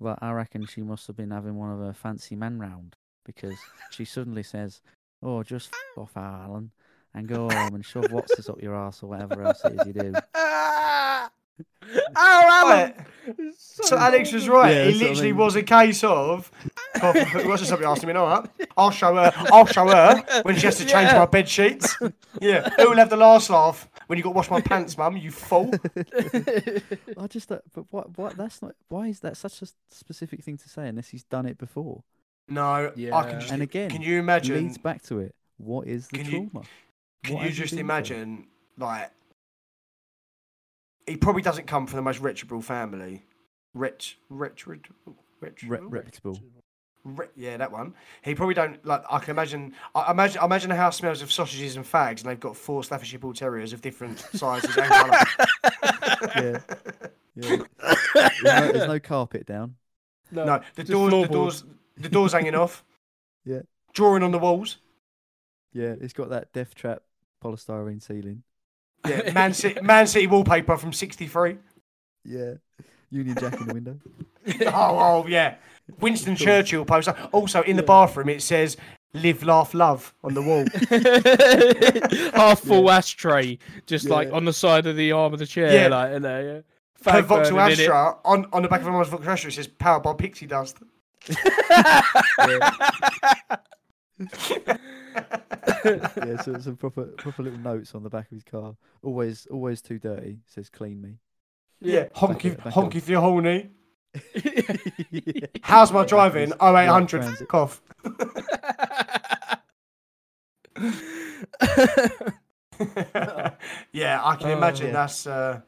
S2: But I reckon she must have been having one of her fancy men round because she suddenly says, Oh, just f off, Alan, and go home and shove Watson's up your arse or whatever else it is you do.
S3: oh,
S1: Right.
S3: Alan!
S1: So Alex was right.
S2: Yeah,
S1: he
S2: that's what I
S1: literally
S2: mean.
S1: was a case of. Oh, it wasn't something asking me, all right. I'll show her. I'll show her when she has to change
S3: Yeah.
S1: my bed sheets. Yeah, who will have the last laugh when you got to wash my pants, mum? You fool.
S2: I just, don't- but what, what, that's not, why is that such a s- specific thing to say unless he's done it before?
S1: No, I
S3: Yeah.
S1: can just.
S2: And again,
S1: can you
S2: It
S1: imagine?
S2: leads back to it. What is the
S1: Can you-
S2: trauma?
S1: Can
S2: What
S1: you
S2: have
S1: just
S2: been through?
S1: imagine, like, he probably doesn't come from the most reputable family. Rich, rich, rich, rich,
S2: Re- reputable.
S1: Re- yeah, that one. He probably don't like. I can imagine. I I imagine. I imagine the house smells of sausages and fags, and they've got four Staffordshire Bull Terriers of different sizes and colour.
S2: Yeah. yeah. there's, no, there's no carpet down.
S1: No, the
S3: just
S1: doors. The
S3: floorboards.
S1: doors. The doors hanging off.
S2: Yeah.
S1: Drawing on the walls.
S2: Yeah, it's got that death trap polystyrene ceiling.
S1: Yeah. Man City. Man City wallpaper from '63.
S2: Yeah. Union Jack in the window.
S1: Oh, oh yeah. Winston Churchill poster. Also in the
S2: Yeah.
S1: bathroom, it says "Live, Laugh, Love" on the wall.
S3: half full ashtray, just like
S2: Yeah.
S3: on the side of the arm of the chair,
S1: Yeah.
S3: like in there. Yeah.
S1: Her
S3: Fag
S1: Vauxhall
S3: burning in it.
S1: Astra on, on the back of everyone's Vauxhall Astra, it says "Powered by Pixie Dust."
S2: Yeah, so some proper proper little notes on the back of his car. Always always too dirty. Says clean me.
S1: Yeah, honky,
S2: Back it- back
S1: honky
S2: it
S1: for your horny.
S2: yeah.
S1: How's my driving?
S2: it's-
S1: Oh,
S2: yeah,
S1: 0800.
S2: transit.
S1: Cough. yeah, I can
S3: Oh.
S1: imagine
S2: Yeah.
S1: that's. Uh,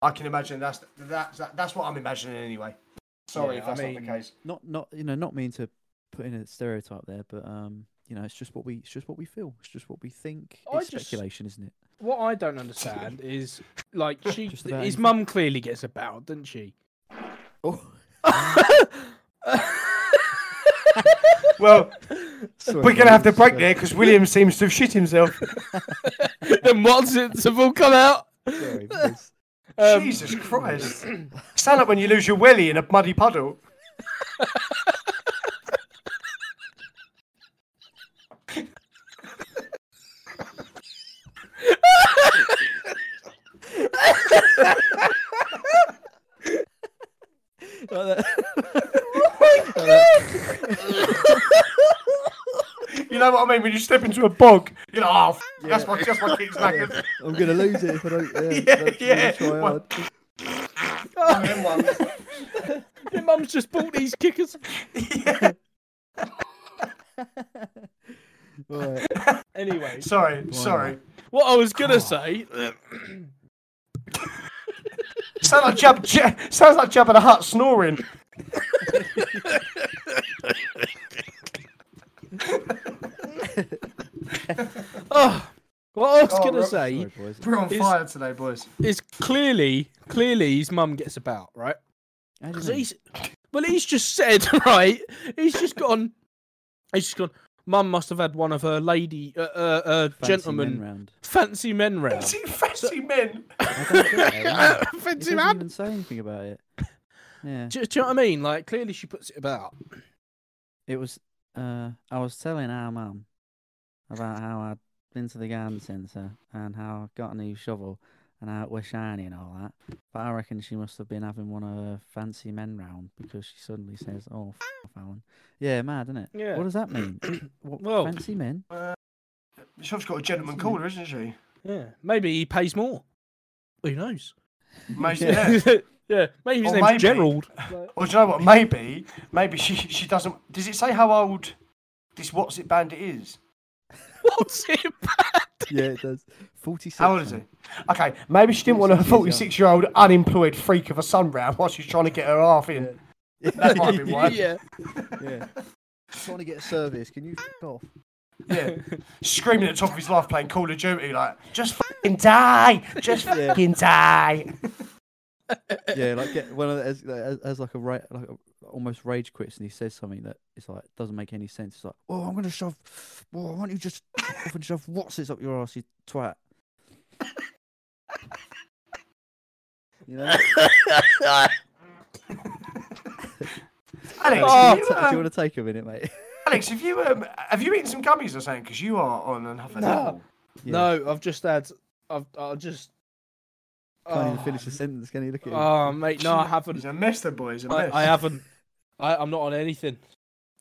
S1: I can imagine that's that's that, that's what I'm imagining anyway. Sorry
S3: Yeah,
S1: if
S3: I
S1: that's not
S3: mean-
S1: the case.
S2: Not not you know, not mean to put in a stereotype there, but um, you know, it's just what we it's just what we feel. It's just what we think.
S3: I
S2: it's
S3: just-
S2: speculation, isn't it?
S3: what I don't understand is, like, she,
S2: Just about
S3: his
S2: anything.
S3: mum clearly gets about, doesn't she?
S2: Oh
S1: Well,
S2: sorry,
S1: we're gonna have to
S2: guys.
S1: break there because William seems to have shit himself.
S3: then Watsons have all come out.
S2: Sorry, boys.
S3: Um,
S1: Jesus Christ! Sound like when you lose your welly in a muddy puddle.
S2: Like that.
S1: You know what I mean? When you step into a bog, you're like, oh, f- that's my that's my kid's knackered.
S5: I'm gonna lose it if I don't. Yeah,
S1: Yeah,
S5: don't
S1: yeah.
S5: Try
S1: Well-
S5: hard.
S1: One of them ones.
S3: Your mum's just bought these kickers.
S1: Yeah.
S5: Right.
S3: Anyway,
S1: Sorry, sorry.
S3: what I was gonna say.
S1: Sounds like Jab, Jab, sounds like Jabba the Hutt snoring.
S3: oh, what I was
S1: Oh,
S3: gonna
S1: right.
S3: say
S2: Sorry, boys.
S1: We're on
S3: Is-
S1: fire today, boys.
S3: is clearly, clearly his mum gets about right
S2: How do you
S3: because
S2: know?
S3: he's, well, he's just said right. He's just gone. He's just gone. Mum must have had one of her lady, uh, uh, uh
S2: Fancy men
S3: gentlemen,
S2: round.
S3: fancy men round.
S1: Fancy, fancy men.
S2: I don't get it, yeah. It
S3: fancy
S2: doesn't
S3: man.
S2: even say anything about it. Yeah,
S3: Do, do you know what I mean? Like clearly she puts it about.
S2: it was. Uh, I was telling our mum about how I'd been to the garden centre and how I got a new shovel and how it was shiny and all that. But I reckon she must have been having one of her fancy men round because she suddenly says, "Oh, f- off, Alan." Yeah, mad, isn't it?
S3: Yeah.
S2: What does that mean? what,
S3: Well-
S2: fancy men?
S1: She's got a gentleman caller, isn't she?
S3: Yeah, maybe he pays more. Who knows?
S1: Mate, yeah.
S3: Yeah, maybe his
S1: Or
S3: name's
S1: maybe-
S3: Gerald.
S1: Or do you know what? Maybe, maybe she she doesn't. Does it say how old this What's It Bandit is?
S3: What's it?
S5: Yeah, it does.
S2: Forty-six.
S1: How old is he?
S2: man.
S1: Okay, maybe she didn't want a
S2: 46
S1: 46 year old unemployed freak of a son round while she's trying to get her half in. That might be why.
S3: Yeah,
S5: Yeah. Trying to get a service. Can you f- off?
S1: Yeah. Screaming at the top of his life playing Call of Duty, like, just fucking die! Just
S5: Yeah.
S1: fucking die!
S2: yeah, like get one of the, as, like, as, as like a ra- like a, almost rage quits, and he says something that it's like doesn't make any sense. It's like, oh, I'm gonna shove, oh, why don't you just off and shove what's this up your ass, you twat?
S5: You know.
S1: Alex,
S3: Oh,
S1: have
S2: Do
S1: you,
S2: you
S1: um,
S2: want to take a minute, mate?
S1: Alex, have you um, have you eaten some gummies or something? Because you are on another level.
S2: Yeah.
S3: No, I've just had. I've. I just.
S2: Can't even
S3: Oh,
S2: finish the sentence. Can you look at him?
S3: oh, mate, no, I
S1: He's
S3: haven't.
S1: a mess, the boy. He's a mess.
S3: I, I haven't. I, I'm not on anything.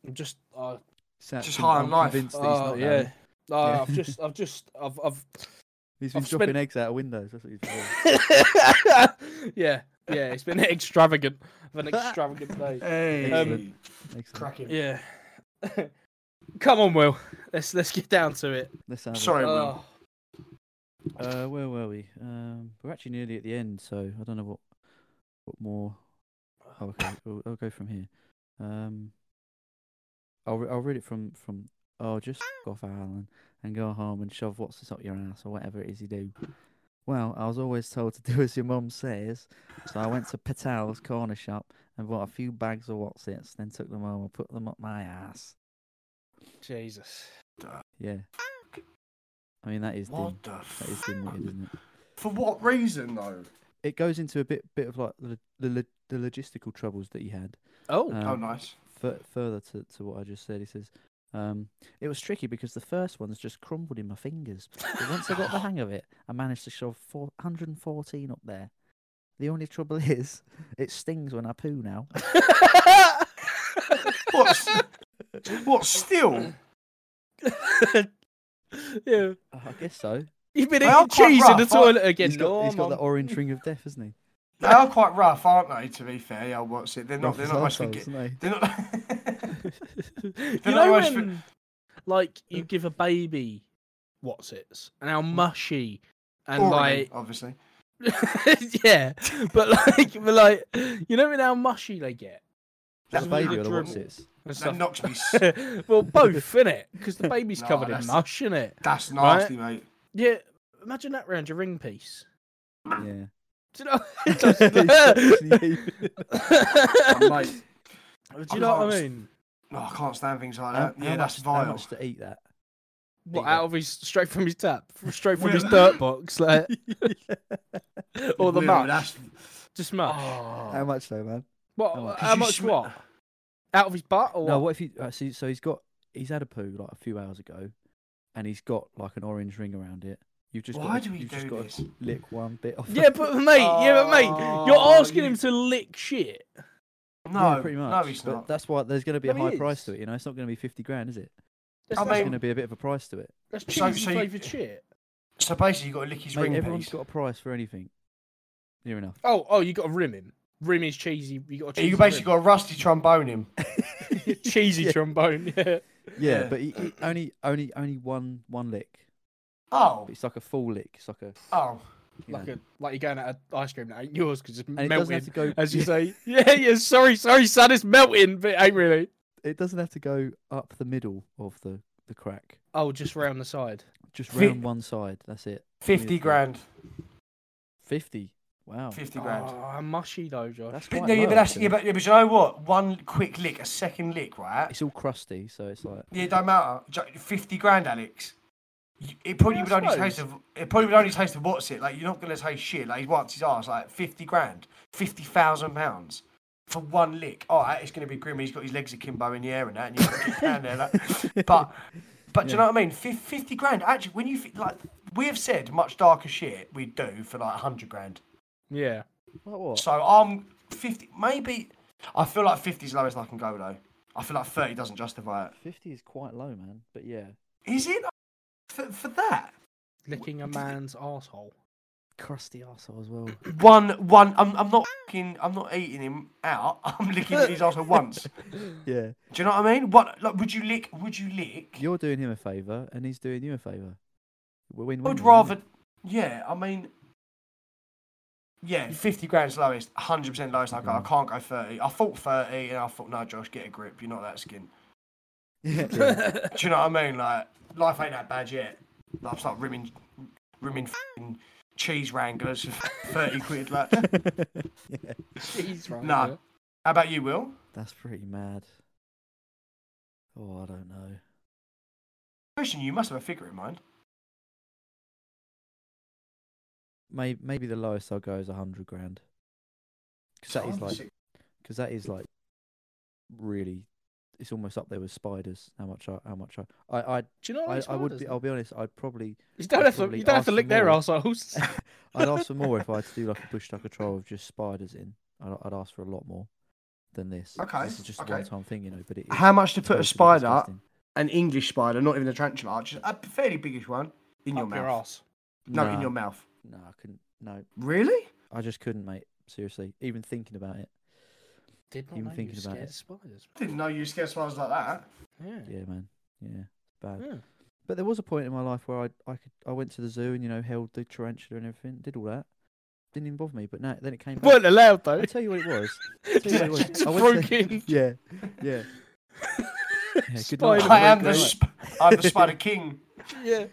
S3: I'm just. Uh,
S2: Sat
S1: just
S2: con-
S1: high
S2: I'm
S1: on life.
S2: convinced that he's
S3: oh
S2: not
S3: yeah.
S2: Harry.
S3: No,
S2: Yeah.
S3: I've just. I've just. I've. I've.
S2: He's been
S3: I've spent-
S2: dropping eggs out of windows. That's what he's doing.
S3: yeah. Yeah. It's been extravagant. I've had an extravagant day.
S1: Hey.
S2: Um, Excellent.
S1: cracking.
S3: Yeah. Come on, Will. Let's let's get down to it.
S2: Let's have it.
S1: Sorry, Will.
S3: Oh,
S2: Uh, where were we? Um, we're actually nearly at the end, so I don't know what what more. Oh, okay, I'll, I'll go from here. Um, I'll re- I'll read it from from. Oh, just f- off Alan and go home and shove what's this up your ass or whatever it is you do. Well, I was always told to do as your mum says, so I went to Patel's corner shop and bought a few bags of what's its, then took them home and put them up my ass.
S3: Jesus.
S2: Yeah. I mean that is dim.
S1: What the
S2: That is
S1: f-
S2: dim witted, isn't it?
S1: For what reason, though?
S2: it goes into a bit bit of like the the, lo- the logistical troubles that he had.
S3: Oh.
S1: oh,
S2: Um,
S1: nice.
S2: fur- further to, to what I just said, he says, um, "It was tricky because the first ones just crumbled in my fingers, but once I got the hang of it, I managed to shove 414 up there. The only trouble is, it stings when I poo now.
S1: What? s- what? Still?
S3: yeah.
S2: Oh, I guess so.
S3: You've been
S1: They
S3: eating
S1: are quite
S3: cheese in
S1: rough,
S3: the
S1: aren't-
S3: toilet again,
S2: Oh, He's got, he's got
S3: Norman.
S2: that orange ring of death, hasn't he?
S1: They are quite rough, aren't they? To be fair, yeah. What's it? They're not.
S5: Rough as
S1: They're not much for.
S5: arseholes,
S1: gi-
S5: aren't they?
S1: They're not.
S3: you
S1: not
S3: know
S1: always fi-
S3: when, like, you
S1: Hmm.
S3: give a baby what's it's and how mushy and
S1: Orally, obviously.
S3: like, yeah, but like, but like, you know when how mushy they get
S2: Is it a
S1: That-
S2: baby
S3: the
S2: or what's
S3: dribble.
S2: it?
S3: and
S1: That
S3: stuff.
S1: knocks me. s-
S3: well, both, innit? Because the baby's
S1: Nah,
S3: covered in
S1: that's-
S3: mush, innit?
S1: That's
S3: Right?
S1: nasty, mate.
S3: Yeah, imagine that round your ring piece.
S2: Yeah.
S3: Do you know?
S5: He's actually-
S1: Oh, mate.
S3: Do you know what I
S1: Christ.
S3: mean?
S1: No, Oh, I can't stand things like
S2: How-
S1: that. Uh, yeah,
S2: how
S1: that's
S2: much-
S1: vile.
S2: How much to eat that?
S3: What
S2: that.
S3: out of his straight from his tap, From- straight from his
S1: Will-
S3: dirt box, like, or
S1: Will,
S3: the mush,
S1: That's...
S3: just mush. Oh.
S5: How much though, man?
S3: Uh, what?
S2: Oh,
S1: could
S3: how
S1: you
S3: much?
S1: sm-
S3: what? Out of his butt or
S2: No,
S3: what?
S2: what if you uh, see? So he's got he's had a poo like a few hours ago, and he's got like an orange ring around it. You've just
S1: Why
S2: got,
S1: do we
S2: you've just
S1: do
S2: got
S1: this?
S2: to lick one bit off.
S3: Yeah, but mate, yeah, but mate, you're
S1: Oh,
S3: asking
S1: you-
S3: him to lick shit.
S1: No,
S2: pretty much.
S1: no, he's
S2: But
S1: not.
S2: that's why there's going to be a
S3: No, he
S2: high price to
S3: is.
S2: it. You know, it's not going to be fifty grand, is it?
S3: There's
S1: I
S3: nothing-
S2: There's
S1: mean-
S2: going to be a bit of a price to it.
S3: that's cheesy
S1: so- so you-
S3: flavored shit.
S1: So basically, you got to lick his
S2: Mate,
S1: ring
S2: everyone's
S1: piece.
S2: got a price for anything. Near enough.
S3: Oh, oh, you got a rim in. Rim is cheesy. You got a cheesy
S1: You basically
S3: rim.
S1: got a rusty trombone him.
S3: cheesy
S2: Yeah.
S3: trombone. Yeah.
S2: Yeah,
S1: Yeah.
S2: but he, he- only only only one one lick.
S1: Oh,
S2: But it's like a full lick. It's like a
S1: oh.
S2: you know.
S3: Like a like you're going at an ice cream that ain't yours because it's
S2: and it doesn't have to
S3: melting.
S2: go.
S3: As you
S2: yeah,
S3: say, yeah, yeah. Sorry, sorry, son, it's melting, but it ain't really.
S2: it doesn't have to go up the middle of the the crack.
S3: Oh, just round the side.
S2: Just
S1: Fi-
S2: round one side. That's it.
S1: 50 grand.
S2: Fifty. Wow.
S1: 50 grand.
S3: Oh, how mushy though, Josh.
S2: That's
S1: But
S2: quite
S1: no, yeah,
S2: low,
S1: but that's,
S2: actually.
S1: yeah, but, yeah, but you know what? One quick lick, a second lick, right?
S2: it's all crusty, so it's like
S1: Yeah, it don't matter. Ju- Fifty grand, Alex. You- It probably
S3: Yeah, I
S1: would only
S3: suppose.
S1: taste of. It probably would only taste of what's it. Like you're not gonna taste shit. Like he wiped his ass. Like fifty grand, fifty thousand pounds for one lick. All right, it's gonna be grim. He's got his legs akimbo in the air and that, and you got to keep down there. Like, but, but do you know what I mean? Fif- Fifty grand. Actually, when you fi- like, we have said much darker shit we do for like hundred grand.
S3: Yeah.
S2: like what?
S1: So I'm fifty. Maybe I feel like 50 is lowest I can go though. I feel like thirty doesn't justify
S2: Fifty is quite low, man. But yeah,
S1: it. Is it for, for that?
S3: Licking a man's asshole.
S2: crusty arsehole as well.
S1: One, one. I'm, I'm not fucking, I'm not eating him out. I'm licking his arsehole once.
S2: yeah,
S1: Do you know what I mean? What? Like, would you lick? Would you lick?
S2: you're doing him a favour, and he's doing you a favour. Win-win.
S1: I would
S2: really, isn't
S1: rather. Yeah, I mean. Yeah, 50 grand's lowest, 100% lowest I go. I can't go 30. I thought 30, and I thought, no, Josh, get a grip. You're not that skin.
S2: it? Yeah.
S1: Do you know what I mean? Like, life ain't that bad yet. Like, I'm start rimming, rimming fucking cheese wranglers for 30 quid. Like, how
S2: Yeah,
S3: Jeez, right.
S1: Nah.
S3: yeah.
S1: about you, Will?
S2: that's pretty mad. Oh, I don't know.
S1: Christian, you must have a figure in mind.
S2: Maybe maybe the lowest I'll go is a hundred grand. Because that is like, because that is like, really, it's almost up there with spiders. How much I, how much I, I, I,
S3: Do you know
S2: I,
S3: what
S2: I would be, I'll be honest. I'd probably,
S3: You don't
S2: I'd
S3: have to.
S2: probably
S3: You don't have to
S2: ask
S3: lick
S2: for
S3: their
S2: more.
S3: arseholes.
S2: I'd ask for more if I had to do like a bush tucker trial with just spiders in. I'd, I'd ask for a lot more than this. 'cause
S1: Okay,
S2: This is just
S1: okay.
S2: a one-time thing, you know. But it is
S1: How much to put a
S2: totally
S1: spider,
S2: disgusting.
S1: an English spider, not even a tarantula, just a fairly biggish one, in your
S3: Up
S1: mouth?
S3: your ass.
S1: No,
S2: Nah,
S1: in your mouth.
S2: No, I couldn't. No,
S1: Really?
S2: I just couldn't, mate. Seriously, even thinking about it.
S3: Did
S2: Even
S3: not know you were
S2: thinking about
S3: scared
S2: it.
S3: of spiders.
S1: Didn't know you scared spiders like that.
S3: Yeah.
S2: Yeah, man. Yeah, it's bad.
S3: Yeah.
S2: But there was a point in my life where I I could I went to the zoo and you know held the tarantula and everything, did all that. Didn't even bother me. But now then it came back.
S3: Weren't allowed though.
S2: I tell you what it was. tell you what it was.
S3: Just
S2: I went
S3: broke
S2: to-
S3: in.
S2: Yeah, yeah. Yeah, good
S3: Spider
S2: night.
S1: I am the
S2: Great.
S1: sp- I'm the spider king.
S3: yeah.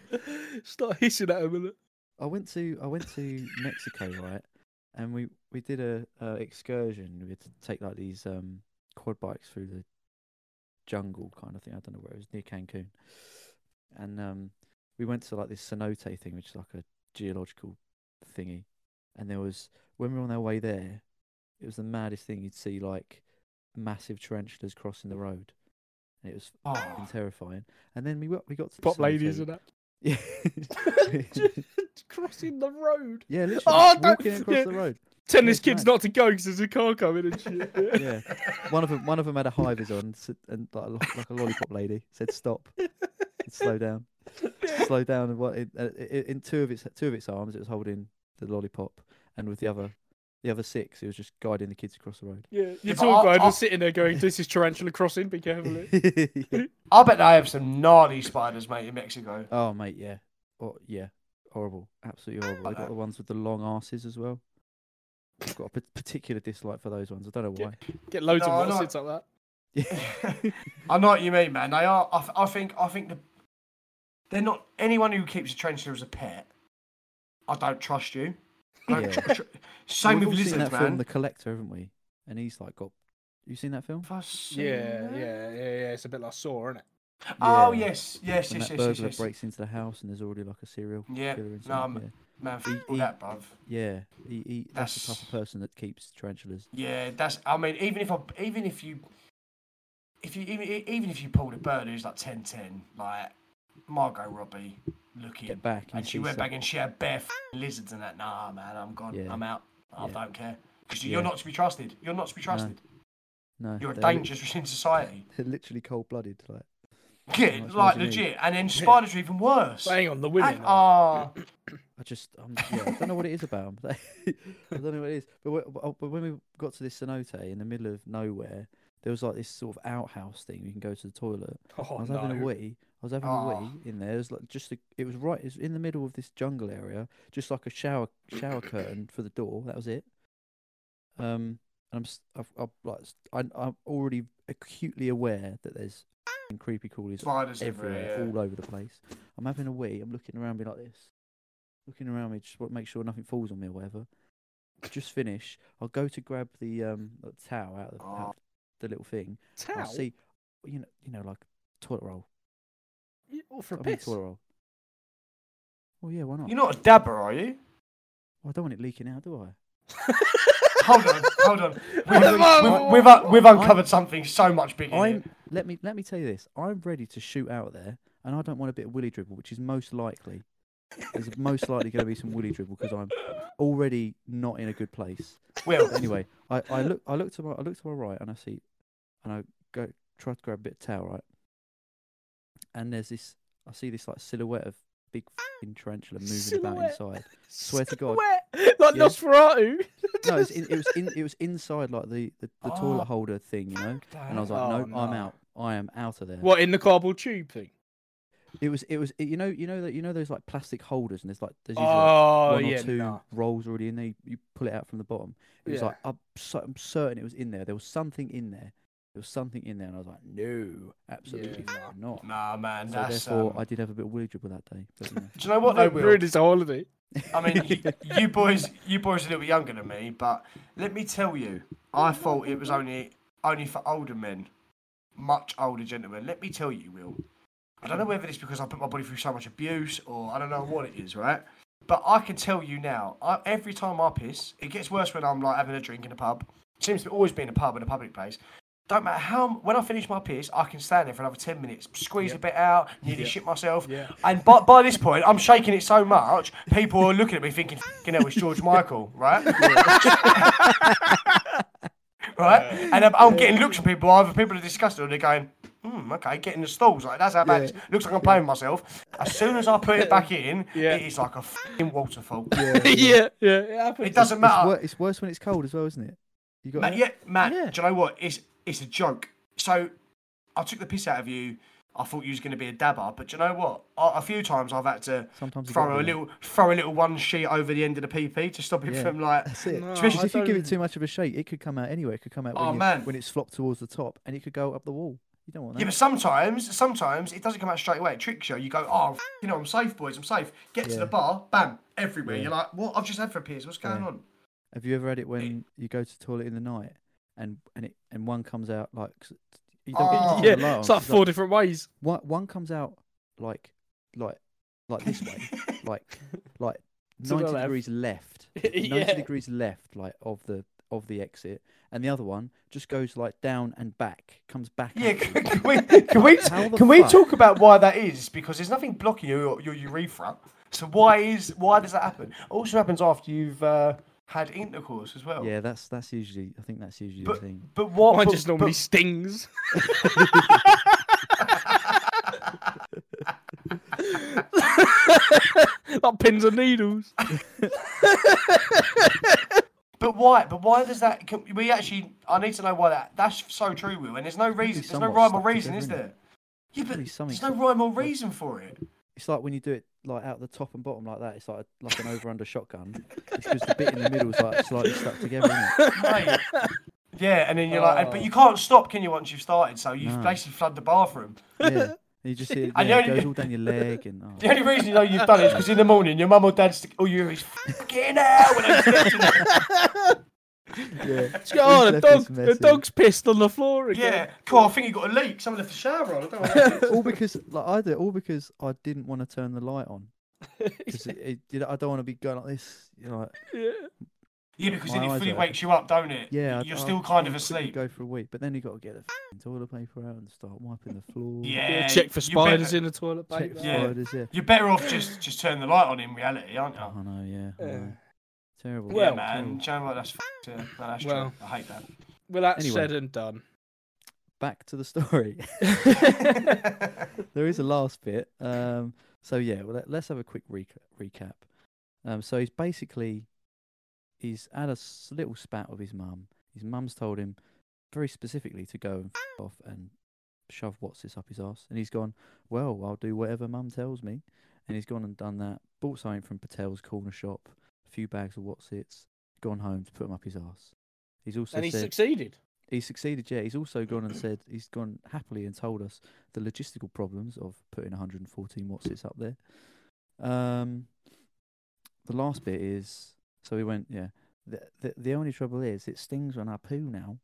S3: Start hissing at him.
S2: I went to I went to Mexico, right? And we we did a, uh excursion. We had to take like these um quad bikes through the jungle kind of thing. I don't know where it was near Cancun, and um we went to like this cenote thing, which is like a geological thingy. And there was when we were on our way there, it was the maddest thing. You'd see like massive tarantulas crossing the road, and it was
S1: Oh,
S2: fucking terrifying. And then we got we got to the
S3: Ah. Pop ladies
S2: cenote.
S3: and that.
S2: yeah.
S3: Just crossing the road.
S2: Yeah, literally.
S3: Oh,
S2: just
S3: don't-
S2: walking across
S3: yeah.
S2: the road.
S3: Telling
S2: Yeah,
S3: this kid's
S2: mad.
S3: not to go because there's a car coming and shit. Yeah.
S2: Yeah, one of them, one of them had a high vis on, s- and like, a lo- like a lollipop lady said, "Stop, and slow down, slow down." And what it, uh, i- i- in two of its two of its arms, it was holding the lollipop, and with the other, the other six, it was just guiding the kids across the road.
S3: Yeah, your
S1: but
S3: tour
S1: I-
S3: guide
S1: I-
S3: was sitting there going, "This is tarantula crossing. Be careful."
S2: Yeah.
S1: I bet they have some gnarly spiders, mate, in Mexico.
S2: Oh, mate, yeah, oh yeah, horrible, absolutely horrible. They got the ones with the long asses as well. I've got a p- particular dislike for those ones. I don't know
S3: Yeah.
S2: why.
S3: Get loads
S1: No, I
S3: of
S1: know.
S3: more sits like that.
S1: I know what you mean, man. They are. I, th- I think. I think the. They're not anyone who keeps a tarantula as a pet. I don't trust you. I don't tr-
S2: Yeah.
S1: tr- Same
S2: We've
S1: with
S2: all seen
S1: lizards,
S2: that film,
S1: man.
S2: The Collector, haven't we? And he's like got. You seen that film?
S1: Have I seen
S3: Yeah,
S1: that?
S3: yeah, yeah, yeah. It's a bit like Saw, isn't it?
S1: Oh
S2: Yeah.
S1: yes, yes,
S2: when
S1: yes,
S2: that
S1: yes, yes,
S2: burglar
S1: yes.
S2: breaks into the house and there's already like a serial
S1: Yeah,
S2: killer
S1: no,
S2: inside.
S1: I'm- man, f-
S2: He-
S1: all
S2: he-
S1: that, bruv.
S2: yeah, yeah. He, he, that's, the type
S1: That's-
S2: of person that keeps tarantulas.
S1: Yeah, that's. I mean, even if I, even if you, if you, even, even if you pulled a bird who's like 10-10, like Margot Robbie
S2: Get
S1: looking,
S2: back and,
S1: and she
S2: see
S1: went
S2: some-
S1: back and she had bare f***ing lizards and that. Nah, man, I'm gone.
S2: Yeah.
S1: I'm out. I
S2: Yeah.
S1: don't care because
S2: Yeah.
S1: you're not to be trusted. You're not to be trusted.
S2: No,
S1: You're a
S2: they're lit-
S1: danger in society.
S2: They're literally cold blooded. Like
S1: Kid,
S2: that's what
S1: like
S2: you need.
S1: legit, and then spiders are even worse.
S3: Hang on, the
S1: And,
S3: women. are-
S1: ah,
S2: I just um, yeah, I don't know what it is about 'em. I don't know what it is. But, wh- but but when we got to this cenote in the middle of nowhere, there was like this sort of outhouse thing. You can go to the toilet.
S3: oh,
S2: I was
S3: no.
S2: having a wee. I was having a
S1: Ah.
S2: wee in there. It was like just a, it was right. It was in the middle of this jungle area, just like a shower shower curtain for the door. That was it. Um, and I'm s- I've, I've, like s- I'm, I'm already acutely aware that there's f***ing creepy crawlies
S1: spiders
S2: everywhere,
S1: everywhere.
S2: all over the place. I'm having a wee. I'm looking around me like this, looking around me, just want to make sure nothing falls on me or whatever. Just finish. I'll go to grab the um the towel out of, the- out of the little thing. I
S3: Towel?
S2: see, you know, you know, like toilet roll.
S3: Yeah, Or for a
S2: I mean,
S3: piss.
S2: toilet roll. Well, yeah, why not?
S1: You're not a dabber, are you?
S2: Well, I don't want it leaking out, do I?
S1: Hold on, hold on. We've,
S3: Whoa,
S1: we've, we've, un- we've uncovered something so much bigger. here.
S2: I'm let me let me tell you this. I'm ready to shoot out there, and I don't want a bit of willy dribble, which is most likely. There's most likely going to be some willy dribble because I'm already not in a good place.
S1: Will,
S2: Anyway, I, I look I look to my I look to my right and I see, and I go try to grab a bit of towel right, and there's this I see this like silhouette of big f***ing tarantula moving about
S3: Silhouette.
S2: inside. Swear to God.
S3: Wet. Like
S2: Yeah.
S3: Nosferatu.
S2: No, it's in, it was in, it was inside like the the, the
S1: Oh.
S2: toilet holder thing, you know. And I was like,
S3: Oh,
S2: nope, I'm
S3: no.
S2: out. I am out of there.
S3: What in the cardboard tube thing?
S2: It was it was it- you know you know that you know those like plastic holders and there's like there's usually like,
S3: Oh
S2: one
S3: yeah,
S2: or two
S3: nah.
S2: rolls already in there. You, you pull it out from the bottom. It was
S3: Yeah.
S2: like I'm, so, I'm certain it was in there. There was something in there. There was something in there, and I was like, no, absolutely
S3: Yeah,
S2: not.
S1: nah, man,
S2: So
S1: that's.
S2: therefore,
S1: um,
S2: I did have a bit of willy dribble that day. But, you know.
S1: Do you know what
S3: They
S1: though, Will?
S3: ruined his holiday.
S1: I mean, you, you boys, you boys are a little bit younger than me, but let me tell you, I thought it was only only for older men, much older gentlemen. Let me tell you, Will. I don't know whether it's because I put my body through so much abuse, or I don't know what it is, right? But I can tell you now, I, every time I piss, it gets worse when I'm like having a drink in a pub. Seems to always be in a pub in a public place. Don't matter how. When I finish my piss, I can stand there for another ten minutes, squeeze a bit out, nearly shit myself,
S3: Yeah.
S1: and by, by this point, I'm shaking it so much, people are looking at me thinking, "Fucking hell, it's George Michael, right?" right? And I'm, I'm getting looks from people. Either people are disgusted or they're going, "Hmm, okay, getting the stalls like that's how bad. it is. Looks like I'm playing myself." As soon as I put it back in,
S3: Yeah.
S1: it is like a fucking waterfall.
S5: Yeah.
S3: yeah, yeah, it happens.
S1: It doesn't
S2: it's,
S1: matter.
S2: wor- it's worse when it's cold as well, isn't it? You got
S1: Matt,
S2: that?
S1: yeah, Matt,
S3: Yeah.
S1: do you know what? It's it's a joke. So I took the piss out of you. I thought you was going to be a dabber, but do you know what? A a few times I've had to
S2: Sometimes you gotta
S1: throw a
S2: be.
S1: little throw a little one sheet over the end of the PP to stop it
S2: Yeah.
S1: from like.
S2: That's it.
S3: No,
S2: Especially
S3: I
S2: if you give it
S3: don't-
S2: too much of a shake, it could come out anywhere. It could come out when,
S1: Oh,
S2: you-
S1: man.
S2: when it's flopped towards the top, and it could go up the wall. You don't want that.
S1: Yeah, but sometimes, sometimes it doesn't come out straight away. It tricks you. You go, oh, f- you know, I'm safe, boys. I'm safe. Get to
S2: Yeah.
S1: the bar, bam, everywhere.
S2: Yeah.
S1: You're like, what? I've just had for a piss. What's going
S2: Yeah.
S1: on?
S2: Have you ever had it when you go to the toilet in the night and and it and one comes out like s- you don't get to
S1: Oh.
S2: turn the light
S3: yeah,
S2: on,
S3: it's
S2: 'cause
S3: like
S2: it's
S3: four different ways.
S2: one one comes out like like like this way, like like
S3: To the
S2: ninety
S3: left.
S2: degrees left, ninety
S3: yeah.
S2: degrees left, like of the of the exit, and the other one just goes like down and back, comes back.
S1: Yeah,
S2: at you.
S1: can, can we can we
S2: How the
S1: can we
S2: fuck?
S1: talk about why that is? Because there's nothing blocking your your urethra. So why is why does that happen? It also happens after you've uh, had intercourse as well.
S2: yeah, that's that's usually I think that's usually the
S1: But
S2: thing.
S1: but what?
S3: Mine
S1: but-
S3: just normally
S1: but-
S3: stings. like pins and needles.
S1: But why? But why does that? Can, we actually, I need to know why that. That's so true, Will. And there's no reason. There's no
S2: somewhat
S1: rhyme or
S2: stuck
S1: reason,
S2: together,
S1: is
S2: innit?
S1: there? Yeah, but
S2: Probably something
S1: there's no rhyme or reason for it.
S2: It's like when you do it like out the top and bottom like that. It's like a, like an over under shotgun. It's because the bit in the middle is like slightly stuck together. Isn't it?
S1: Mate. yeah, and then you're like, but
S3: Oh.
S1: you can't stop, can you? Once you've started, so you
S2: No.
S1: have basically flood the bathroom.
S2: Yeah. And you just see it,
S1: I
S2: yeah,
S1: know
S2: it
S1: you-
S2: goes all down your leg and oh,
S1: The only reason you know you've done it is because in the morning your mum or dad's like, oh, you're fucking out. When I slept in there."
S5: Yeah.
S3: It's got- oh,
S5: Who's left this
S3: the dog, the
S5: message?
S3: dog's pissed on the floor again.
S1: yeah, cool. I think you got a leak. Someone left the shower on. I don't know. what it is.
S2: all because like I did, all because I didn't want to turn the light on. 'Cause it, it, you know, I don't want to be going like this. You know, like,
S3: Yeah.
S1: yeah, because then
S2: My
S1: it
S2: eyes
S1: fully
S2: hurt.
S1: wakes you up, don't it?
S2: yeah, I-
S1: you're
S2: I
S1: still
S2: just
S1: kind of
S2: wanna quickly
S1: asleep.
S2: Go for a week, but then you got to get the f***ing toilet paper out and start wiping the floor.
S1: Yeah,
S3: Check for
S1: you better-
S3: spiders in the toilet
S2: check
S3: paper.
S2: for
S1: Yeah.
S2: spiders. Yeah.
S1: You're better off just just turn the light on in reality, aren't you?
S2: Oh no, yeah, I
S3: Yeah.
S2: know. terrible.
S1: Well,
S3: Well,
S1: yeah, man,
S3: cool.
S1: do you know what? That's f- yeah, no, that's
S3: Well.
S1: true. I hate that.
S3: Well, that's
S2: Anyway.
S3: said and done.
S2: back to the story. there is a last bit. Um, so yeah, well, let, us have a quick reca- recap. Um, so he's basically he's had a s- little spat with his mum. His mum's told him very specifically to go and f- off and shove what's this up his ass, and he's gone. Well, I'll do whatever mum tells me, and he's gone and done that. Bought something from Patel's corner shop, a few bags of what's it's. Gone home to put them up his ass. He's also
S3: and he
S2: said,
S3: succeeded.
S2: he succeeded, yeah. He's also gone and said he's gone happily and told us the logistical problems of putting 114 watts it's up there. Um, the last bit is so we went, yeah. The, the the only trouble is it stings when I poo now.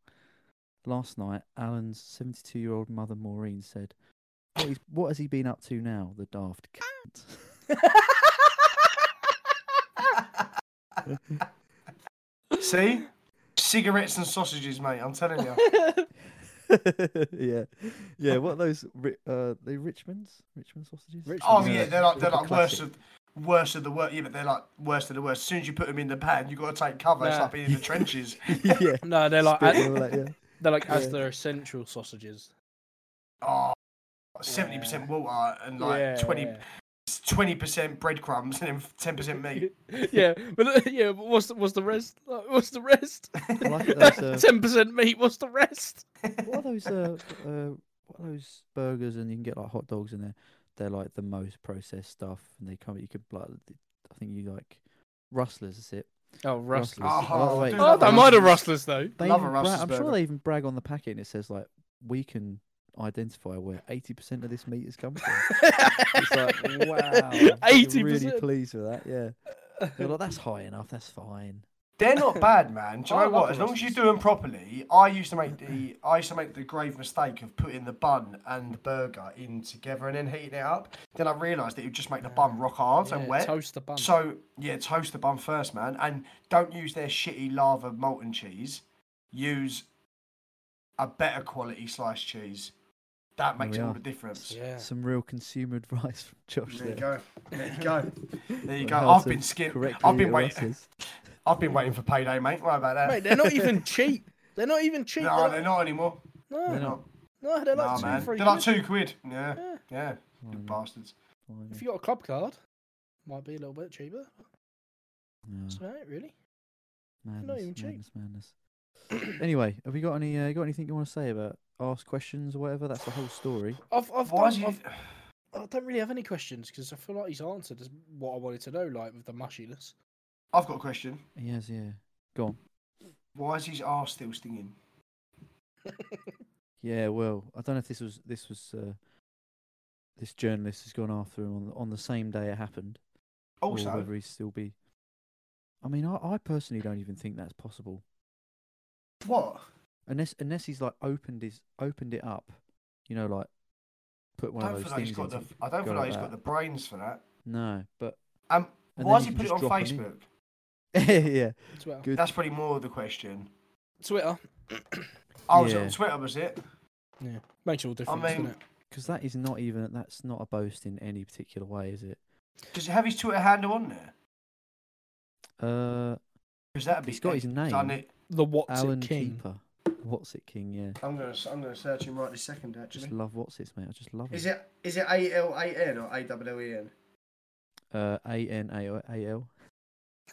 S2: Last night, Alan's 72 year old mother Maureen said, what, he's, "What has he been up to now? The daft cunt."
S1: See? Cigarettes and sausages, mate. I'm telling you.
S2: yeah, yeah. What are those? Ri- uh, the Richmonds, Richmond sausages.
S1: Oh
S2: Richmond's,
S1: yeah,
S2: uh,
S1: they're like they're
S2: proper
S1: like worst
S2: classic.
S1: of worst of the worst. Yeah, but they're like worst of the worst. As soon as you put them in the pan, you got to take cover. It's
S3: Nah.
S1: like being in the trenches.
S2: yeah.
S3: No, they're like
S2: Spit
S3: a-
S2: and all that, yeah.
S3: they're like as
S2: Yeah.
S3: their essential sausages.
S1: Oh, 70 percent water and like twenty
S3: Yeah.
S1: 20 percent breadcrumbs and then ten percent meat.
S3: yeah, but uh, yeah, but what's the, what's the rest? Like, What's the rest?
S2: I like it, those, uh,
S3: Ten percent meat. What's the rest?
S2: what are those? Uh, uh, what are those burgers? And you can get like hot dogs in there. They're like the most processed stuff, and they come. You could like, th- I think you like rustlers. That's it.
S3: Oh, rustlers.
S1: Oh,
S2: Oh,
S1: I
S2: wait.
S1: do
S3: Oh, I
S1: love
S3: don't
S1: a
S3: mind a
S1: Rustlers.
S3: rustlers though.
S2: They
S1: Love a
S2: even bra-
S1: Russell's
S2: I'm sure
S1: burger.
S2: they even brag on the packet, and it says like, "We can identify where 80% of this meat has come from." it's like, wow,
S3: eighty
S2: Really
S3: percent.
S2: pleased with that. Yeah, they're like, that's high enough. That's fine.
S1: They're not bad, man. Do you
S3: I
S1: know
S3: love
S1: what? As long as you
S3: Russell's.
S1: do them properly, I used to make the I used to make the grave mistake of putting the bun and the burger in together and then heating it up. Then I realised that it would just make the bun rock hard and wet.
S3: Toast the bun.
S1: So yeah, toast the bun first, man, and don't use their shitty lava molten cheese. Use a better quality sliced cheese. That
S2: There
S1: makes
S2: we
S1: all
S2: are.
S1: the difference.
S3: yeah.
S2: Some real consumer advice from Josh.
S1: There you go. There you go. There you
S2: on
S1: go.
S2: how
S1: I've
S2: to
S1: been skip.
S2: correctly
S1: I've been
S2: eat a
S1: waiting.
S2: Russell's.
S1: I've been waiting for payday, mate. Why about that?
S3: Mate, they're not even cheap. They're not even cheap.
S1: no, they're not anymore.
S3: No,
S1: They're
S2: not.
S1: not.
S3: no, they're
S1: Nah,
S3: like
S1: man.
S3: two, three.
S1: They're like
S3: quid.
S1: two quid. Yeah,
S3: Yeah.
S1: yeah.
S2: Blimey,
S1: You bastards.
S2: blimey.
S3: If you got a club card, might be a little bit cheaper.
S2: Yeah.
S3: That's about it, really.
S2: Madness,
S3: even cheap.
S2: madness, madness. anyway, have you got any? Uh, got anything you want to say about ask questions or whatever? That's the whole story.
S3: I've, I've,
S1: Why
S3: done,
S1: is you?
S3: I've, I don't really have any questions because I feel like he's answered is what I wanted to know, like with the mushiness.
S1: I've got a question.
S2: Yes, yeah. Go on.
S1: Why is his arse still stinging?
S2: Yeah, well, I don't know if this was this was uh, this journalist has gone after him on the- on the same day it happened, or
S1: Also,
S2: whether he's still be. I mean, I, I personally don't even think that's possible,
S1: what?
S2: unless unless he's like opened his opened it up, you know, like put one
S1: I don't
S2: of
S1: feel
S2: those
S1: like
S2: things.
S1: he's got the.
S2: into-
S1: I don't
S2: go
S1: feel
S2: like
S1: like he's got
S2: that.
S1: the brains for that.
S2: No, but
S1: Um,
S2: And
S1: why
S2: then
S1: does he
S2: you
S1: put
S2: can
S1: it on
S2: just drop 'em in.
S1: Facebook?
S2: yeah,
S3: Twitter.
S2: good.
S1: That's probably more of the question.
S3: Twitter
S1: Oh, was it
S2: Yeah.
S1: on Twitter? Was it?
S3: makes all difference,
S1: mean-
S3: doesn't
S2: Because that is not even that's not a boast in any particular way, is it?
S1: Does it have his Twitter handle on there?
S2: Uh,
S1: Because that'd be.
S2: It's got his
S1: epic, done
S2: name.
S1: it.
S3: it? The what's
S2: Alan
S3: it king?
S2: Keeper. What's it King? Yeah,
S1: I'm gonna. s- I'm gonna search him right this second.
S2: just
S1: Actually,
S2: love What's It's, mate. I just love
S1: is
S2: it.
S1: it is it A L A N or A W L E N?
S2: Uh, A N A A L.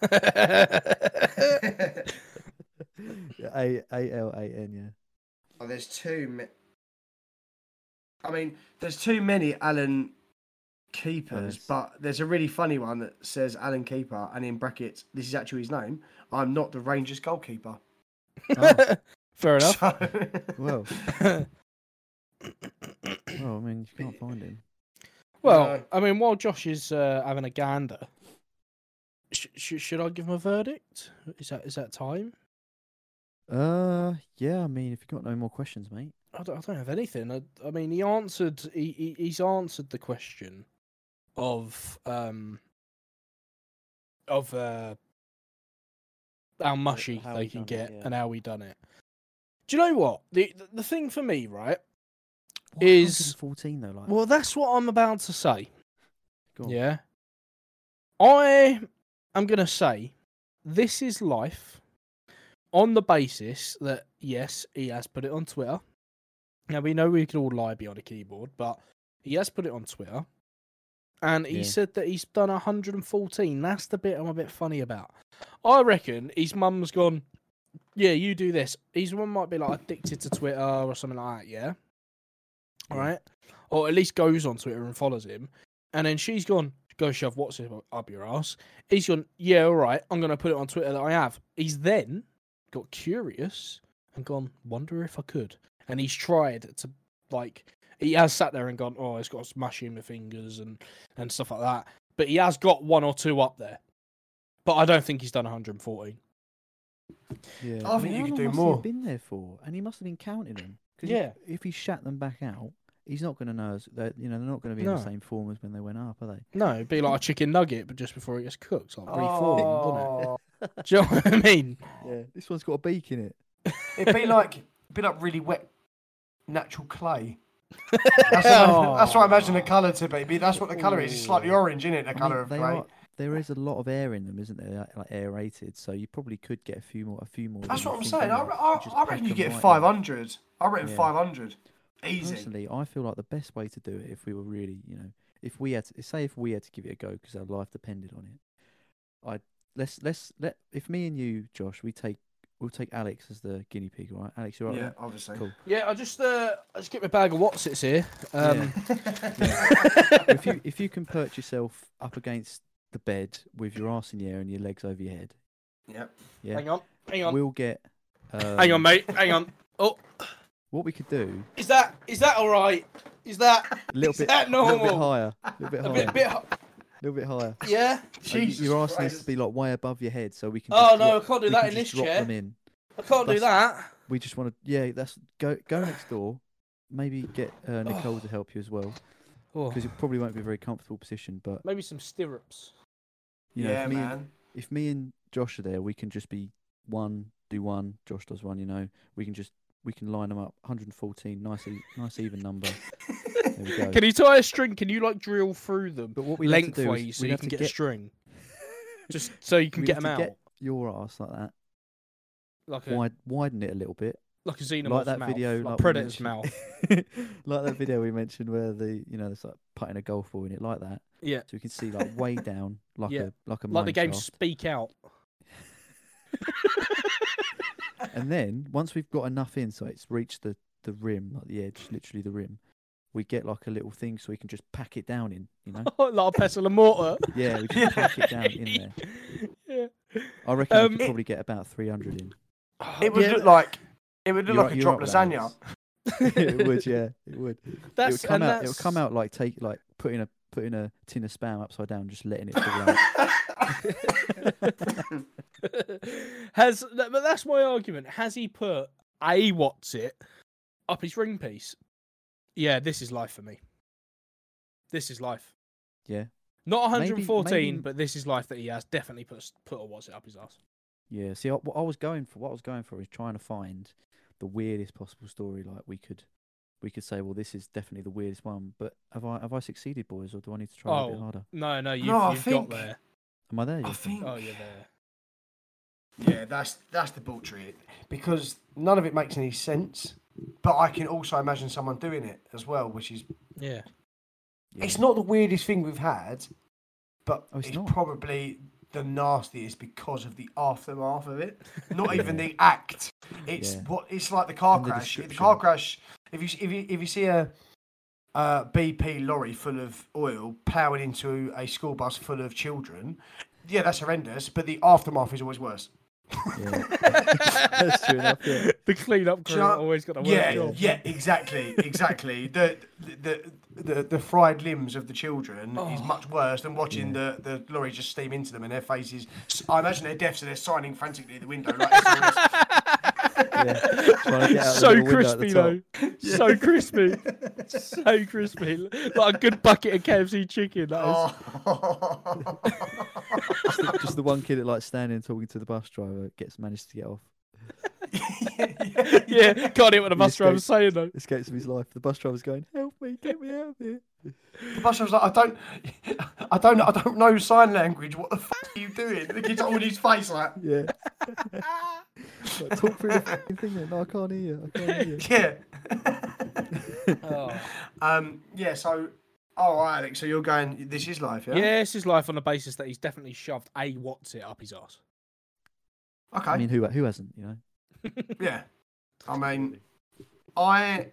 S2: Yeah, A A L A N.
S1: Oh, there's too. Ma- I mean, there's too many Alan keepers,
S2: Yes.
S1: but there's a really funny one that says Alan Keeper, and in brackets, this is actually his name. I'm not the Rangers goalkeeper.
S2: Yeah. Oh,
S3: Fair enough.
S1: So-
S2: well, well, I mean, you can't find him.
S3: well,
S1: No.
S3: I mean, while Josh is uh, having a gander, sh- sh- should I give him a verdict? Is that is that time?
S2: Uh, yeah. I mean, if you have got no more questions, mate.
S3: I don't, I don't have anything. I, I mean, he answered. He, he he's answered the question of um of uh how mushy
S2: how
S3: they
S2: he
S3: can
S2: done it,
S3: get
S2: yeah.
S3: and how we done it. Do you know what the the- the thing for me, right?
S2: What, 114
S3: Is-
S2: though? Like,
S3: Well, that's what I'm about to say.
S2: go on.
S3: Yeah, I am gonna say this is life on the basis that yes, he has put it on Twitter. Now we know we could all lie beyond a keyboard, but he has put it on Twitter, and he
S2: Yeah.
S3: said that he's done 114. That's the bit I'm a bit funny about. I reckon his mum's gone. Yeah, you do this. His mum might be like addicted to Twitter or something like that. Yeah, all right, or at least goes on Twitter and follows him, and then she's gone. Go shove WhatsApp up your ass. He's gone. Yeah, all right. I'm gonna put it on Twitter that I have. He's then got curious and gone. Wonder if I could and he's tried to like he has sat there and gone, oh, it's got smash in my fingers and and stuff like that. But he has got one or two up there. But I don't think he's done 114.
S2: Yeah.
S1: I think you
S2: how
S1: could
S2: long
S1: do
S2: must He
S1: more.
S2: have been there for, and he must have been counting them. 'Cause
S3: Yeah.
S2: If, if he shat them back out, he's not going to know. as- That you know, they're not going to be in
S3: No.
S2: the same form as when they went up, are they?
S3: No, it'd be like a chicken nugget, but just before it gets cooked, like reformed, wouldn't
S1: Oh,
S3: it? Do you know what I mean?
S2: Yeah. This one's got a beak in it.
S1: it'd be like it'd be like really wet natural clay. That's, what, that's what I imagine the colour to be. Be- That's what the colour is. It's slightly orange, isn't it? The
S2: I mean,
S1: colour of
S2: they
S1: clay.
S2: are- there is a lot of air in them, isn't there? Like, like aerated, so you probably could get a few more. A few more.
S1: That's
S2: than
S1: what
S2: you
S1: I'm
S2: think
S1: saying. I,
S2: anyway,
S1: I,
S2: and just
S1: I
S2: pack
S1: reckon you
S2: them
S1: get
S2: right in.
S1: 500. I reckon
S2: Yeah.
S1: 500. Easy.
S2: Personally, I feel like the best way to do it, if we were really, you know, if we had, to, say, if we had to give it a go because our life depended on it, I let's let's let if me and you, Josh, we take we'll take Alex as the guinea pig, all right? Alex, you're right.
S1: Yeah, obviously.
S2: Cool.
S3: Yeah, I just uh, I just get my bag of Watsits here. Um,
S2: if you if you can perch yourself up against the bed with your ass in the air and your legs over your head,
S1: Yep.
S2: yeah,
S3: Hang on, hang on,
S2: we'll get.
S3: hang on,
S2: um,
S3: mate, hang on. Oh,
S2: What we could do,
S3: is that is that all right? Is that
S2: a little
S3: Is
S2: bit,
S3: that
S2: little bit
S3: normal?
S2: higher, a little bit
S3: Oh. a
S2: higher,
S3: bit, bit? ho-
S2: little bit higher.
S3: Yeah.
S2: Like, y-
S1: Jesus
S2: Your ass needs
S1: Christ.
S2: to be like way above your head, so we can.
S3: Oh
S2: just
S3: no, I
S2: drop-
S3: can't
S2: we
S3: do that
S2: can
S3: in this
S2: just drop
S3: chair.
S2: Them in.
S3: I can't do
S2: That's-
S3: that.
S2: We just want to, yeah. That's go go next door. Maybe get uh, Nicole to help you as well,
S3: Oh.
S2: because it probably won't be a very comfortable position. But
S3: Maybe some stirrups.
S2: you know,
S1: yeah,
S2: if, me and,
S1: man.
S2: if me and Josh are there, we can just be one, do one. Josh does one. You know, we can just we can line them up. 114, nice, e- nice even number. There we go.
S3: Can you tie a string? Can you like drill through them
S2: But what we have to do
S3: lengthways
S2: is
S3: so
S2: we
S3: you
S2: have
S3: can
S2: to
S3: get, a string? Just so you can
S2: we'd
S3: get
S2: have
S3: them
S2: to
S3: out
S2: get your ass like that.
S3: like a
S2: Wide, widen it a little bit.
S3: like a xenomorph's
S2: like that
S3: mouth,
S2: video,
S3: like,
S2: like we
S3: predator's
S2: mentioned.
S3: mouth.
S2: like that video we mentioned where the you know it's like putting a golf ball in it like that
S3: Yeah,
S2: so you can see like way down like
S3: Yeah,
S2: a like a
S3: like the game
S2: mineshaft.
S3: Speak Out.
S2: and then once we've got enough in so it's reached the the rim like the edge literally the rim we get like a little thing so we can just pack it down in you know
S3: like a pestle and mortar.
S2: yeah we just pack it down in there
S3: yeah.
S2: i reckon
S3: Um,
S2: we could probably get about 300 in
S1: It would look like it would look
S2: You're-
S1: like a
S2: you're
S1: drop
S2: up with that,
S1: lasagna.
S2: it would yeah it would it
S3: That's
S2: would come
S3: and
S2: out it would
S3: that's-
S2: come out like take like putting a putting a tin of spam upside down just letting it fall out
S3: Has that- but that's my argument. Has he put a what's it up his ring piece? Yeah, this is life for me. This is life.
S2: Yeah.
S3: Not
S2: Maybe-
S3: 114,
S2: maybe-
S3: but this is life that he has definitely put s- put a what's it up his ass.
S2: Yeah. See, I, what I was going for, what I was going for, is trying to find the weirdest possible story. Like we could, we could say, well, this is definitely the weirdest one. But have I have I succeeded, boys, or do I need to try a
S3: Oh.
S2: bit harder?
S3: No, no, you've,
S1: I
S3: you've
S1: think-
S3: got there.
S2: Am I there?
S1: I
S2: yet?
S1: think.
S3: Oh, you're there.
S1: Yeah, that's that's debauchery because none of it makes any sense. But I can also imagine someone doing it as well, which is
S3: Yeah.
S2: Yeah.
S1: it's not the weirdest thing we've had, but
S2: Oh, it's
S1: it's,
S2: not.
S1: probably the nastiest because of the aftermath of it. Not even the act. It's
S2: Yeah.
S1: what it's like the car
S2: And the
S1: crash. The, car
S2: description.
S1: crash. If you s- if you if you see a uh, BP lorry full of oil ploughing into a school bus full of children, yeah, that's horrendous. But the aftermath is always worse.
S2: Yeah.
S3: that's
S2: true enough, yeah.
S3: The cleanup crew
S1: Shut-
S3: always got the worst
S1: yeah,
S3: job.
S1: yeah, exactly, exactly. the, the the the fried limbs of the children
S3: Oh.
S1: is much worse than watching the, the lorry just steam into them and their faces. I imagine they're deaf, so they're signing frantically at the window. Like, SOS.
S2: yeah. Trying to get out the
S3: so
S2: little window at the
S3: crispy
S2: top.
S3: though. So crispy. so crispy. Like a good bucket of KFC chicken. That is.
S1: oh.
S2: Just the, just the one kid that like standing and talking to the bus driver gets managed to get off,
S3: yeah, can't hear
S2: You
S3: what the bus
S2: escaped.
S3: driver's saying though.
S2: escapes from his life. The bus driver's going, "Help me, get me out of here."
S1: The bus driver's like, I don't, I don't, I don't know sign language. What the fuck are you doing? The kid's on his face like,
S2: Yeah. like, talk through the fucking thing then. No, I can't hear you. I can't hear you.
S1: yeah.
S3: Oh.
S1: Um, yeah. So, all right, Alex. So you're going. This is life, yeah.
S3: Yeah, it's his life on the basis that he's definitely shoved a what's it up his ass.
S1: Okay.
S2: I mean, who who hasn't? You know.
S1: yeah. I mean, I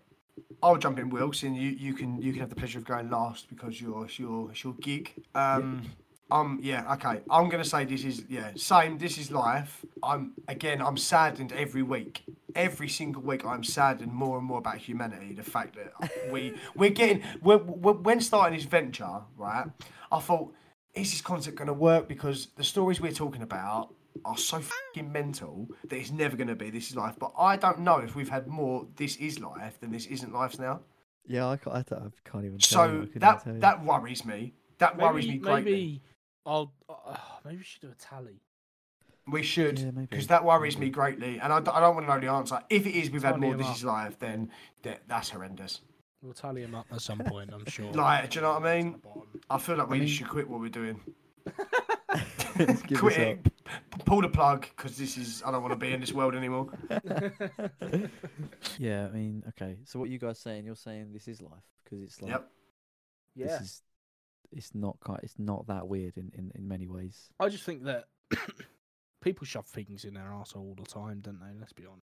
S1: I'll jump in, Will, seeing you you can you can have the pleasure of going last because you're it's your it's your gig. Um. Um, yeah, okay. I'm gonna say this is yeah, same, this is life. I'm again I'm saddened every week. Every single week I'm saddened more and more about humanity, the fact that we we're getting we're, we're, when starting this venture, right? I thought is this concept going to work? Because the stories we're talking about are so fucking mental that it's never going to be this is life. But I don't know if we've had more this is life than this isn't life now.
S2: Yeah, I can't, I don't- I can't even.
S1: So
S2: tell you, I couldn't
S1: that
S2: tell you.
S1: that worries me. That worries me
S3: Maybe,
S1: greatly.
S3: maybe I'll. ah, maybe we should do a tally.
S1: We should,
S2: Yeah,
S1: because
S2: maybe,
S1: that worries
S2: maybe.
S1: me greatly, and I, d- I don't want to know the answer. If it is we've had
S3: Tally
S1: more
S3: him
S1: this
S3: up.
S1: is life, then that, that's horrendous.
S3: We'll tally him up at some point, I'm sure.
S1: Like, do you know what I
S3: To the
S1: mean?
S3: bottom.
S1: I feel like we
S2: mean-
S1: should quit what we're doing.
S2: Let's give
S1: quit
S2: this
S1: it. P- pull the plug, because this is I don't want to be in this world anymore.
S2: up. Yeah, I mean, okay. So what you guys saying? You're saying this is life because it's like
S1: Yep.
S3: Yeah.
S2: this is. It's not quite. It's not that weird in in, in many ways.
S3: I just think that people shove things in their arsehole all the time, don't they? Let's be honest.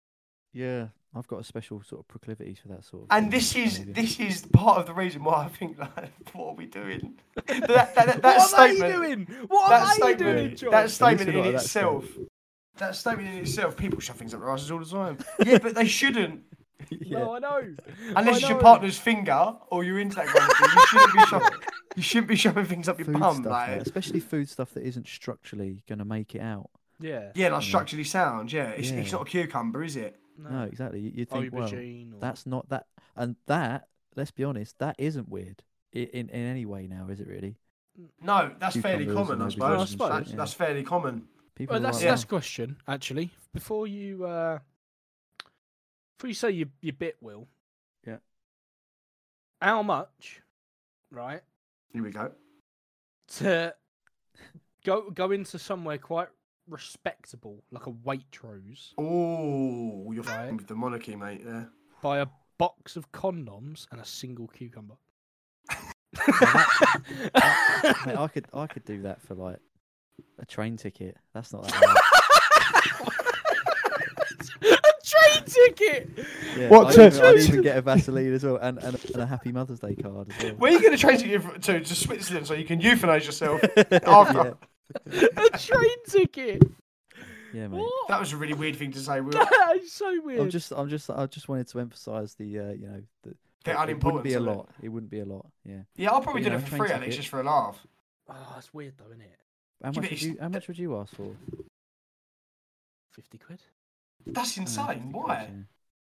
S2: Yeah, I've got a special sort of proclivities for that sort of.
S1: And
S2: thing,
S1: this is
S2: behaviour.
S1: this is part of the reason why I think like, what are we doing? That, that, that, that
S3: what
S1: statement.
S3: are they doing? What
S1: That
S3: are they
S1: statement,
S3: doing, John?
S1: that statement
S2: you're
S1: in
S2: not at that stage.
S1: itself. That statement in itself, people shove things up their asses all the time. Yeah, but they shouldn't.
S2: yeah.
S3: No, I know.
S1: Unless
S3: I
S1: it's your
S3: know.
S1: partner's finger or you're into that kind of thing, you shouldn't be shoving, you shouldn't be shoving things up your
S2: food
S1: bum.
S2: stuff,
S1: Like,
S2: mate, especially food stuff that isn't structurally going to make it out.
S3: Yeah.
S1: yeah, like structurally sound. Yeah, it's, it's
S2: Yeah.
S1: not a cucumber, is it?
S2: No, exactly. You, you
S1: Oh,
S2: think, well,
S3: Aubergine
S1: Mm.
S3: or-
S2: that's not that, and that. Let's be honest, that isn't weird i- in in any way now, is it really?
S1: No, that's fairly
S2: Cucumbers
S1: common, I
S2: and
S1: suppose.
S2: aubergines
S3: I suppose,
S1: That's,
S2: yeah.
S1: that's fairly common.
S2: People
S3: Well,
S2: are
S3: that's
S2: like,
S3: that's a
S2: "Oh,
S3: question actually. Before you uh, before you say your your bit, Will.
S2: Yeah.
S3: How much, right,
S1: Here we go.
S3: to go go into somewhere quite respectable, like a Waitrose,
S1: Oh, you're
S3: Right.
S1: fucking with the monarchy, mate. Yeah.
S3: buy a box of condoms and a single cucumber.
S2: mate, I could I could do that for like a train ticket. That's not that hard.
S3: a train ticket.
S2: Yeah,
S1: What,
S2: I'd,
S1: to-
S2: even, I'd
S1: to-
S2: even get a Vaseline as well and, and, a- and a Happy Mother's Day card as well.
S1: Where are you going to change it to, to Switzerland so you can euthanize yourself? After.
S2: Yeah.
S3: a train ticket.
S2: Yeah, mate.
S3: What?
S1: That was a really weird thing to say. Will.
S3: That is so weird.
S2: I'm just I'm just I just wanted to emphasise the uh, you know the,
S1: They're
S2: it- it wouldn't
S1: unimportant.
S2: be a
S1: isn't it?
S2: lot. It wouldn't be a lot. Yeah.
S1: Yeah, I'll probably
S2: You
S1: do
S2: know,
S1: it for
S2: train
S1: free, Alex,
S2: ticket.
S1: just for a laugh.
S3: Oh, it's weird though, isn't it?
S1: Yeah,
S2: How much
S1: but
S2: would
S1: it's-
S2: you How much would you ask for?
S3: Fifty quid.
S1: That's
S2: Uh,
S1: insane.
S2: 50 quid,
S1: Why?
S2: yeah.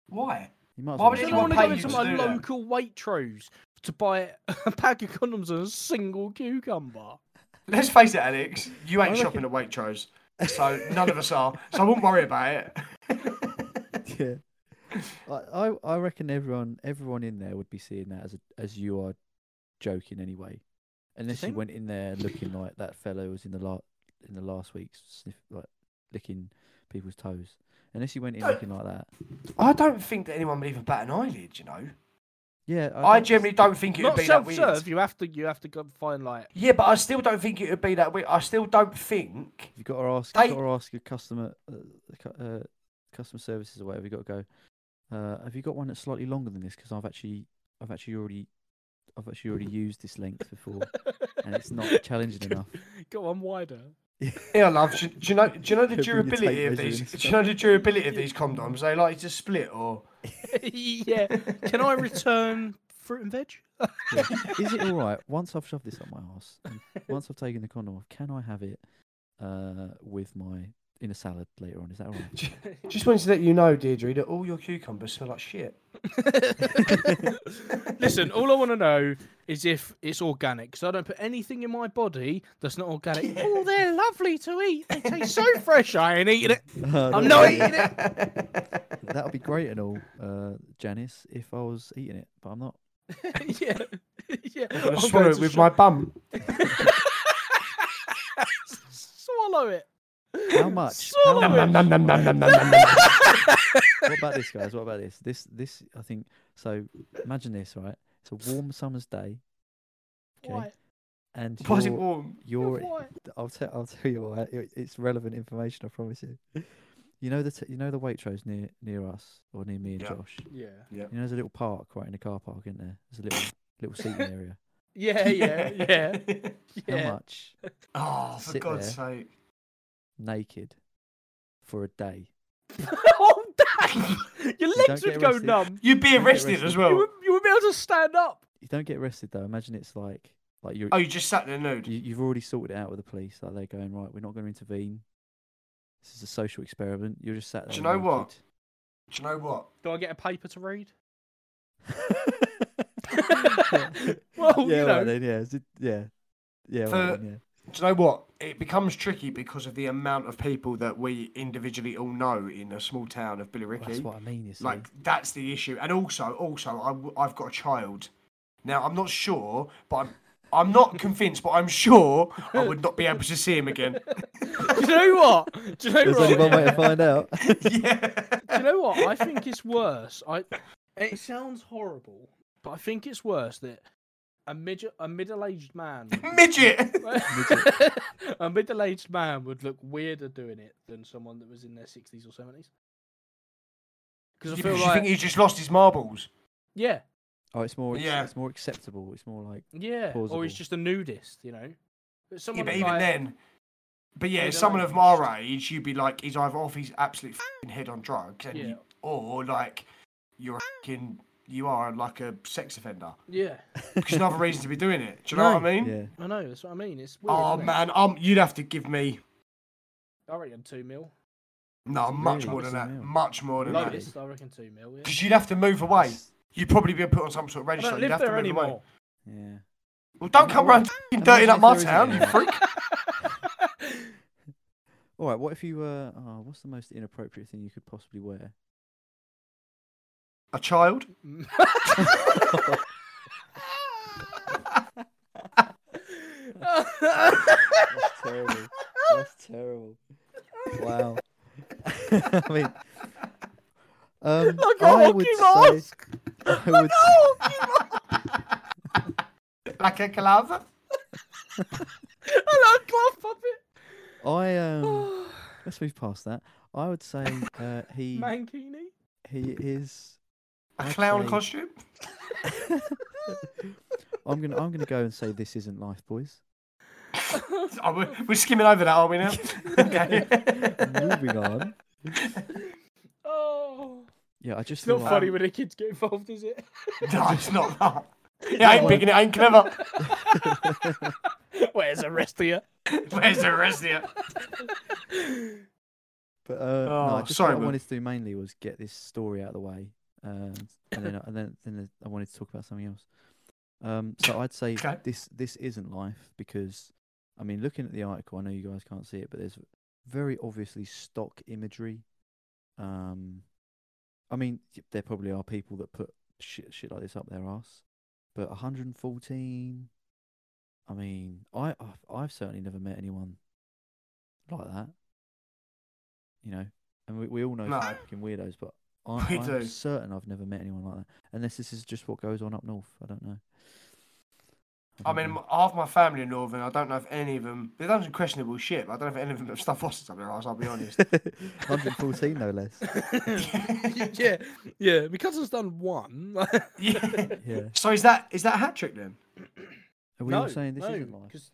S1: Why?
S2: You might as
S1: Why
S2: well
S1: would
S2: just
S3: I
S1: Did anyone
S3: don't want to
S1: pay
S3: go
S1: you
S3: into
S1: to
S3: my
S1: do that?
S3: local Waitrose to buy a pack of condoms and a single cucumber.
S1: Let's face it, Alex. You ain't
S2: I
S1: shopping at Waitrose, so none of us are. So I wouldn't worry about it.
S2: yeah. I, I I reckon everyone everyone in there would be seeing that as a, as you are joking anyway, unless you,
S3: think?
S2: went in there looking like that fellow was in the last in the last week sniff like licking people's toes. Unless you went in looking like that.
S1: I don't think that anyone would even bat an eyelid. You know,
S2: Yeah,
S1: I,
S2: don't-
S1: generally don't think it would
S3: Not
S1: be that weird.
S3: self-serve. You have to. You have to go find like.
S1: Yeah, but I still don't think it would be that weird. I still don't think.
S2: You've got to ask.
S1: They-
S2: You've got to ask your customer, uh, the cu- uh, customer services or whatever. You have got to go. Uh, have you got one that's slightly longer than this? Because I've actually, I've actually already, I've actually already used this length before, and it's not challenging enough.
S3: Go on wider.
S1: Yeah, love. Do, do you know? Do you know the
S2: Could be your tape
S1: durability of
S2: measure
S1: these?
S2: and
S1: Do you know the durability of these condoms? They like to split or.
S3: yeah. Can I return fruit and veg?
S2: Yeah. Is it all right once I've shoved this up my ass? And once I've taken the condom off, can I have it uh, with my in a salad later on? Is that all right?
S1: Just wanted to let you know, Deirdre, that all your cucumbers smell like shit.
S3: Listen, all I want to know is if it's organic, so I don't put anything in my body that's not organic. Oh, they're lovely to eat. They taste so fresh. I ain't eating it. I'm not eating it.
S1: e-,
S2: That would be great and all, uh, Janice, if I was eating it, but I'm not.
S3: yeah, yeah. Oh,
S1: I'm gonna
S3: I'm
S1: swallow
S3: going
S1: it
S3: to
S1: with
S3: sh-
S1: my bum.
S3: swallow it.
S2: How much? How
S3: Swallow
S2: much?
S3: it.
S2: How much?
S3: it.
S2: what about this, guys? What about this? This, this, I think. So imagine this, right? It's a warm summer's day, Okay.
S3: Why?
S2: and
S1: Why is it
S2: you're-
S1: warm?
S2: you're
S3: Why?
S2: I'll tell I'll tell you why. It, it's relevant information, I promise you. You know the t- you know the Waitrose near near us or near me and
S1: Yeah.
S2: Josh. You
S3: Yeah.
S2: know there's a little park right in the car park, isn't there? There's a little little seating area.
S3: Yeah, yeah, yeah.
S2: How
S3: yeah.
S2: much
S1: oh, for
S2: Sit
S1: God's sake.
S2: naked for a day?
S3: All day. Oh, Your
S2: don't
S3: legs
S2: get
S3: would go
S2: arrested.
S3: numb.
S1: You'd be
S2: Don't get
S1: arrested as
S2: arrested.
S3: You
S1: well.
S3: would, you would be able to stand up.
S2: You don't get arrested though. Imagine it's like like you're
S1: Oh, you just sat there nude.
S2: you, you've already sorted it out with the police. Like they're going right. We're not going to intervene. This is a social experiment. You're just sat there.
S1: Do you know what? Do you know what?
S3: Do I get a paper to read?
S2: naked.
S3: well,
S2: yeah,
S3: you know.
S2: right then, yeah, is it- yeah, yeah, right
S1: For-
S2: then, yeah.
S1: Do you know what? It becomes tricky because of the amount of people that we individually all know in a small town of
S2: Well, that's
S1: Billericay.
S2: what I mean. You see.
S1: like that's the issue. And also, also, I w- I've got a child. Now I'm not sure, but I'm I'm not convinced, but I'm sure I would not be able to see him again.
S3: Do you know what? Do you know
S2: There's
S3: what?
S2: only one way to find out.
S1: yeah.
S3: Do you know what? I think it's worse. I. It sounds horrible, but I think it's worse that a midget, a middle-aged man,
S1: Midget.
S3: a middle-aged man would look weirder doing it than someone that was in their sixties or seventies. Because I
S1: You,
S3: feel
S1: you
S3: like,
S1: think he just lost his marbles?
S3: yeah,
S2: Oh, it's more.
S1: Yeah.
S2: Yeah. It's more acceptable. It's more like
S3: yeah, or he's
S2: Plausible.
S3: just a nudist, you know.
S1: Yeah,
S3: But someone
S1: but
S3: of
S1: even
S3: like-
S1: then. But yeah,
S3: Middle
S1: someone of my age, you'd be like, he's either off his absolute fing head on drugs, and
S3: yeah,
S1: you, or like, you're a fing, you are like a sex offender.
S3: yeah,
S1: Because another reason to be doing it. Do you know what I mean?
S2: yeah.
S3: I know that's what I mean. It's weird,
S1: Oh
S3: isn't it?
S1: man, um, you'd have to give me
S3: I reckon two mil.
S1: No, much
S2: Really?
S1: more than
S2: Fucking
S1: that.
S2: hell.
S1: Much more than that.
S3: Lowest, I reckon two mil. Yeah.
S1: Because you'd have to move away.
S2: It's-
S1: You'd probably be put on some sort of
S3: I
S1: register.
S3: don't
S1: you'd
S3: live
S1: have to
S3: there
S1: move away.
S3: anymore.
S2: Yeah.
S1: Well, don't come round f***ing dirtying up
S2: if
S1: my
S2: there is a
S1: town, you
S2: law.
S1: freak.
S2: All right. What if you were? Oh, what's the most inappropriate thing you could possibly wear?
S1: A child?
S2: That's terrible. That's terrible. Wow. I mean, um,
S3: Look at
S2: I
S3: what
S2: would
S3: you
S2: say. I
S3: Oh,
S2: would.
S1: like a glove?
S3: Hello, glove puppet.
S2: I um. Let's move past that. I would say uh, he
S3: Mankini.
S2: he is.
S1: A
S2: I'd
S1: clown
S2: say-
S1: costume?
S2: I'm gonna I'm gonna go and say this isn't life, boys.
S1: Oh, we're, we're skimming over that, are we now? okay.
S2: Moving on.
S3: Oh,
S2: Yeah, I just
S3: it's not
S2: feel like-
S3: funny when the kids get involved, is it?
S1: No, it's not that. It ain't big and it ain't clever.
S3: Where's the rest of you?
S1: Where's the rest of you?
S2: But uh, no,
S1: Oh,
S2: I just
S1: sorry,
S2: what I
S1: Will.
S2: wanted to do mainly was get this story out of the way, um, and then and then, then I wanted to talk about something else. Um, so I'd say
S1: Okay.
S2: this this isn't life because, I mean, looking at the article, I know you guys can't see it, but there's very obviously stock imagery. Um, I mean, y- there probably are people that put shit shit like this up their ass, but 114. I mean, I I've, I've certainly never met anyone like that. You know, and we, we all know
S1: No.
S2: fucking weirdos, but I,
S1: We
S2: I'm
S1: do.
S2: certain I've never met anyone like that. Unless this is just what goes on up north. I don't know.
S1: I
S2: don't
S1: mean,
S2: know.
S1: m- half my family are northern. I don't know if any of them. They've done some questionable shit, but I don't know if any of them have stuff lost up their arse, I'll be honest.
S2: 114 no less.
S3: yeah, yeah. My cousin's done one.
S1: yeah.
S2: Yeah.
S1: So is that is that a hat trick then?
S2: Are we all saying this isn't life?
S3: 'cause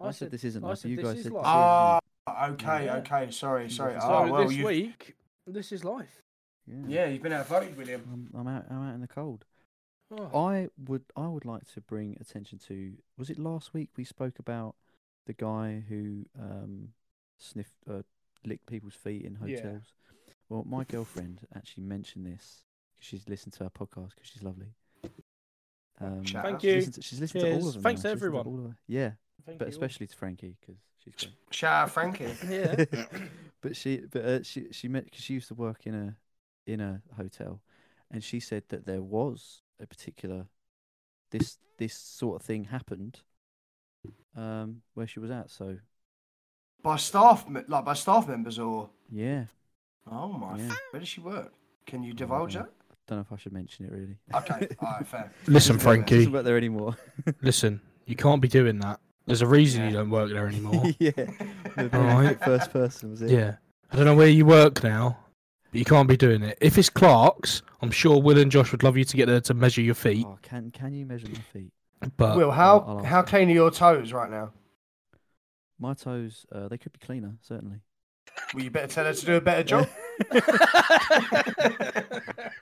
S2: I said this isn't
S3: I
S2: life.
S3: said
S2: You
S3: this
S2: guys
S3: is
S2: said this
S3: life.
S2: isn't
S1: Ah,
S2: life.
S1: okay,
S3: Yeah.
S1: okay. Sorry, sorry.
S2: Because
S1: Oh,
S3: so
S1: well,
S3: this
S1: you've,
S3: week, this is life.
S2: Yeah.
S1: yeah, you've been outvoted, William.
S2: I'm, I'm out. I'm out in the cold.
S3: Oh.
S2: I would. I would like to bring attention to. Was it last week we spoke about the guy who um, sniffed, uh, licked people's feet in
S3: Yeah.
S2: hotels? Well, my girlfriend actually mentioned this 'cause she's listened to our podcast because she's lovely. Um,
S1: Shout
S3: Thank
S1: out.
S2: She's
S3: you.
S2: listened to, she's listened to all
S3: Cheers.
S2: of them.
S3: Thanks
S2: now,
S3: to
S2: she's listened
S3: everyone.
S2: all of them. Yeah,
S3: Thank
S2: but
S3: you all.
S2: especially to Frankie because she's great.
S1: Shout out, Frankie.
S3: yeah.
S2: but she but uh, she she met because she used to work in a in a hotel and she said that there was a particular this this sort of thing happened um where she was at so
S1: by staff, me- like by staff members, or
S2: Yeah.
S1: oh my,
S2: Yeah.
S1: f- where does she work? Can you divulge
S2: don't
S1: that?
S2: know. Don't know if I should mention it really.
S1: Okay, all right, fair.
S3: Listen,
S1: Fair enough.
S2: It's
S3: Frankie.
S2: about there anymore.
S3: Listen, you can't be doing that. There's a reason
S1: Yeah.
S3: you don't work there anymore.
S2: yeah. The
S3: Alright.
S5: First
S2: first
S5: person was it?
S3: yeah. I don't know where you work now, but you can't be doing it. If it's Clark's, I'm sure Will and Josh would love you to get there to measure your feet.
S2: Oh, can can you measure my feet?
S3: But
S1: Will,
S2: I'll-
S1: how
S2: I'll
S1: how
S2: ask.
S1: clean are your toes right now?
S2: My toes, uh, they could be cleaner, certainly.
S1: Well, you better tell her to do a better job.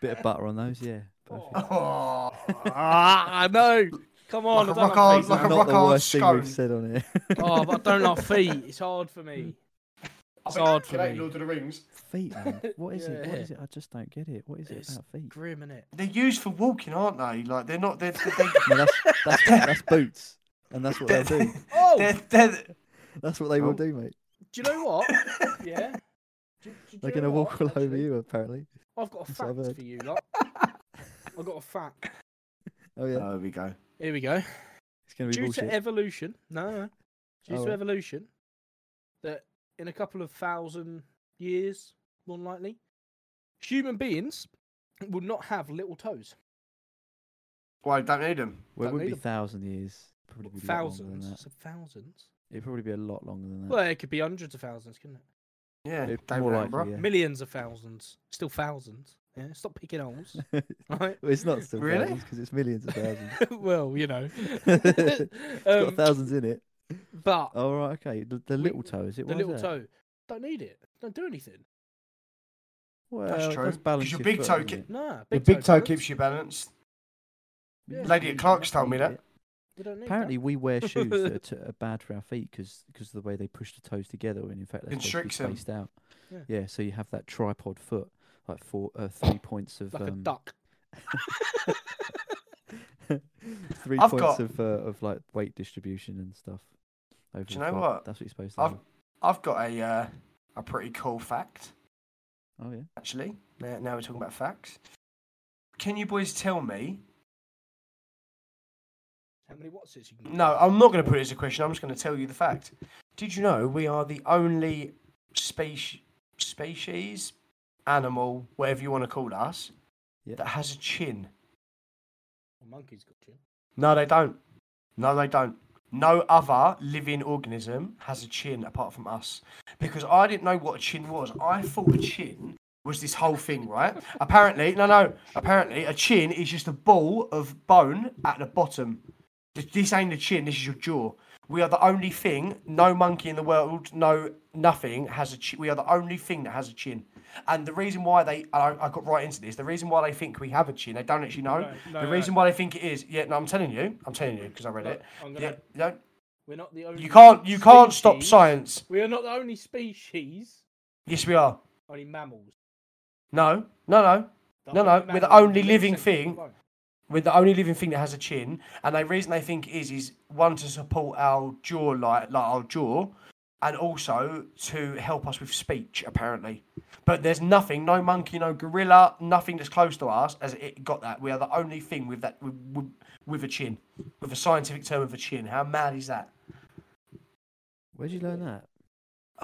S2: Bit of butter on those, yeah. Perfect.
S1: Oh,
S3: ah, I know. Come on,
S1: Like a
S3: I don't
S1: rock
S3: like
S1: hard-
S3: feet,
S1: like a rock-
S3: man.
S2: Not the
S1: rock-hard
S2: worst thing
S1: scone.
S2: we've said on it.
S3: Oh, but I don't like feet. It's hard for me. It's hard for
S1: G'day,
S3: me.
S1: Lord of the Rings.
S2: feet, man. What is it? What is
S3: Yeah.
S2: it? I just don't get it. What is it
S3: It's
S2: about feet?
S3: Grim, innit?
S1: They're used for walking, aren't they? Like they're not. They're they're,
S2: No, that's, that's, that's boots, and that's what they'll
S1: they're,
S2: do.
S1: they're,
S3: Oh,
S1: they're,
S3: do
S5: That's what they will
S2: Oh.
S5: do, mate.
S3: you know what? Yeah. Do- do- do
S5: They're
S3: you
S5: gonna
S3: know
S5: walk
S3: what,
S5: all over
S3: actually?
S5: you, apparently.
S3: I've got a
S5: That's what I've
S3: fact
S5: heard.
S3: for you, lot. I've got a fact.
S5: Oh yeah.
S1: There we go.
S3: Here we go.
S2: It's gonna be
S3: Uh, Due
S2: bullshit.
S3: to evolution, no, no. Due
S5: Oh, right.
S3: to evolution, that in a couple of thousand years, more than likely, human beings will not have little toes.
S1: Why don't need them?
S2: well, it
S3: don't
S2: would
S3: need
S2: be
S3: them.
S2: thousand years. Probably be a lot longer than
S3: Thousands,
S2: that.
S3: so thousands.
S2: It'd probably be a lot longer than that.
S3: Well, it could be hundreds of thousands, couldn't it?
S1: Yeah,
S2: It'd
S1: David
S2: more
S1: Attenborough.
S2: likely, yeah.
S3: Millions of thousands, still thousands. Yeah, stop picking holes, right?
S5: Well, it's not still
S1: Really?
S5: thousands because it's millions of thousands.
S3: well, you know,
S5: it's
S3: Um,
S5: got thousands in it.
S3: but
S2: Oh right, okay. The, the little toe is it?
S3: the
S2: Why is
S3: little
S2: that?
S3: toe don't need it. Don't do anything.
S2: Well,
S1: That's
S2: it
S1: true,
S2: does
S1: 'cause
S2: balance
S1: your
S2: your
S1: big
S2: foot,
S1: toe
S2: doesn't
S1: ki-
S2: it?
S3: Nah,
S1: Your
S3: big,
S1: big toe
S3: does.
S1: keeps you balanced.
S2: You
S3: Yeah.
S2: just
S1: Lady at
S2: need to
S1: Clark's told me
S2: update
S1: that.
S2: it.
S3: You don't need that.
S2: Apparently, we wear shoes that are, t- are bad for our feet because of the way they push the toes together, and in fact, they're supposed to be
S1: Constricts 'em.
S2: spaced out.
S3: Yeah.
S2: Yeah. so you have that tripod foot, like four, uh, three points of
S3: like a
S2: um,
S3: duck.
S2: 3
S1: I've
S2: points
S1: got-
S2: of uh, of like weight distribution and stuff. Over
S1: Do
S2: the
S1: you know
S2: foot.
S1: what?
S2: That's what you're supposed to.
S1: I've-
S2: have.
S1: I've got a uh, a pretty cool fact
S2: Oh yeah.
S1: actually. Now, now we're talking about facts. Can you boys tell me?
S3: How many watts is you can
S1: No, I'm not going to put it as a question. I'm just going to tell you the fact. Did you know we are the only space species, animal, whatever you want to call us,
S2: Yeah.
S1: that has a chin?
S3: A Oh, monkey's got you.
S1: No, they don't. No, they don't. No other living organism has a chin apart from us. Because I didn't know what a chin was. I thought a chin was this whole thing, right? apparently, no, no. Apparently, a chin is just a ball of bone at the bottom. Th- This ain't a chin. This is your jaw. We are the only thing. No monkey in the world. No nothing has a. Chi- we are the only thing that has a chin. And the reason why they, I, I got right into this. The reason why they think we have a chin, they don't actually know.
S3: No, no,
S1: the
S3: no.
S1: reason why they think it is, yeah. No, I'm telling you. I'm telling you because I read
S3: No,
S1: it.
S3: I'm
S1: Yeah,
S3: gonna,
S1: no,
S3: We're not the only.
S1: you can't. You can't stop
S3: species-
S1: science.
S3: We are not the only species.
S1: Yes, we are.
S3: Only mammals.
S1: No, no, no.
S3: The
S1: No,
S3: only
S1: no, we're the
S3: mammals
S1: only
S3: with
S1: living
S3: legs and
S1: thing.
S3: bone.
S1: We're the only living thing that has a chin, and the reason they think it is is one to support our jaw, like like our jaw, and also to help us with speech, apparently. But there's nothing, no monkey, no gorilla, nothing that's close to us as it got that. We are the only thing with that with, with, with a chin, with a scientific term of a chin. How mad is that?
S2: Where'd you learn that?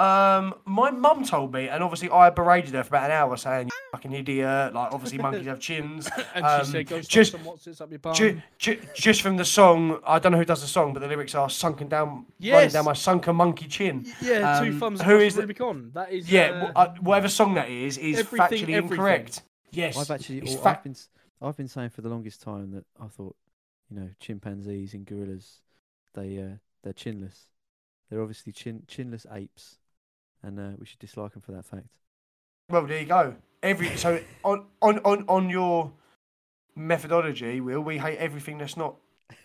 S1: Um, my mum told me, and obviously I berated her for about an hour, saying, "You fucking idiot!" Like, obviously monkeys have chins.
S3: And
S1: Um,
S3: she said, "Go stop
S1: just-
S3: some watts it's up your bum."
S1: Ju- ju- just from the song, I don't know who does the song, but the lyrics are "sunken down, running
S3: Yes.
S1: down my sunken monkey chin."
S3: Y- yeah, two
S1: um,
S3: thumbs.
S1: who
S3: across
S1: is
S3: the
S1: it-
S3: Rubicon. That is.
S1: Yeah,
S3: uh,
S1: wh- uh, whatever song that is is
S3: everything,
S1: factually
S3: everything.
S1: incorrect. Yes,
S2: I've actually,
S1: it's
S2: al-
S1: fact-
S2: I've been, s- I've been saying for the longest time that I thought, you know, chimpanzees and gorillas, they, uh, they're chinless. They're obviously chin, chinless apes, and uh, we should dislike them for that fact.
S1: well, there you go. Every so on on on on your methodology, will we hate everything that's not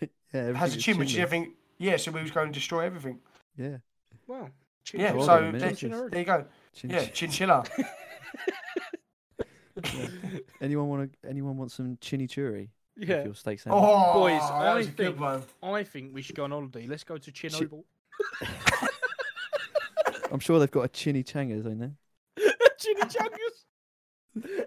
S5: Yeah,
S1: has a
S5: everything
S1: chin, which is
S5: chinless.
S1: everything. Yeah, so we was going to destroy everything.
S5: Yeah.
S3: Well.
S1: Yeah,
S2: Hold on
S1: so
S2: a
S1: there,
S2: minute.
S1: there you go.
S2: Chin-
S1: Yeah, chinchilla.
S2: Anyone want to? Anyone want some chimichurri? with
S3: yeah.
S2: Your steak sandwich.
S1: Oh,
S3: Boys,
S1: that
S3: I
S1: was a good
S3: think-
S1: one.
S3: I think we should go on holiday. Let's go to Chernobyl.
S2: I'm sure they've got a chinny changers in there.
S3: Chimichangas.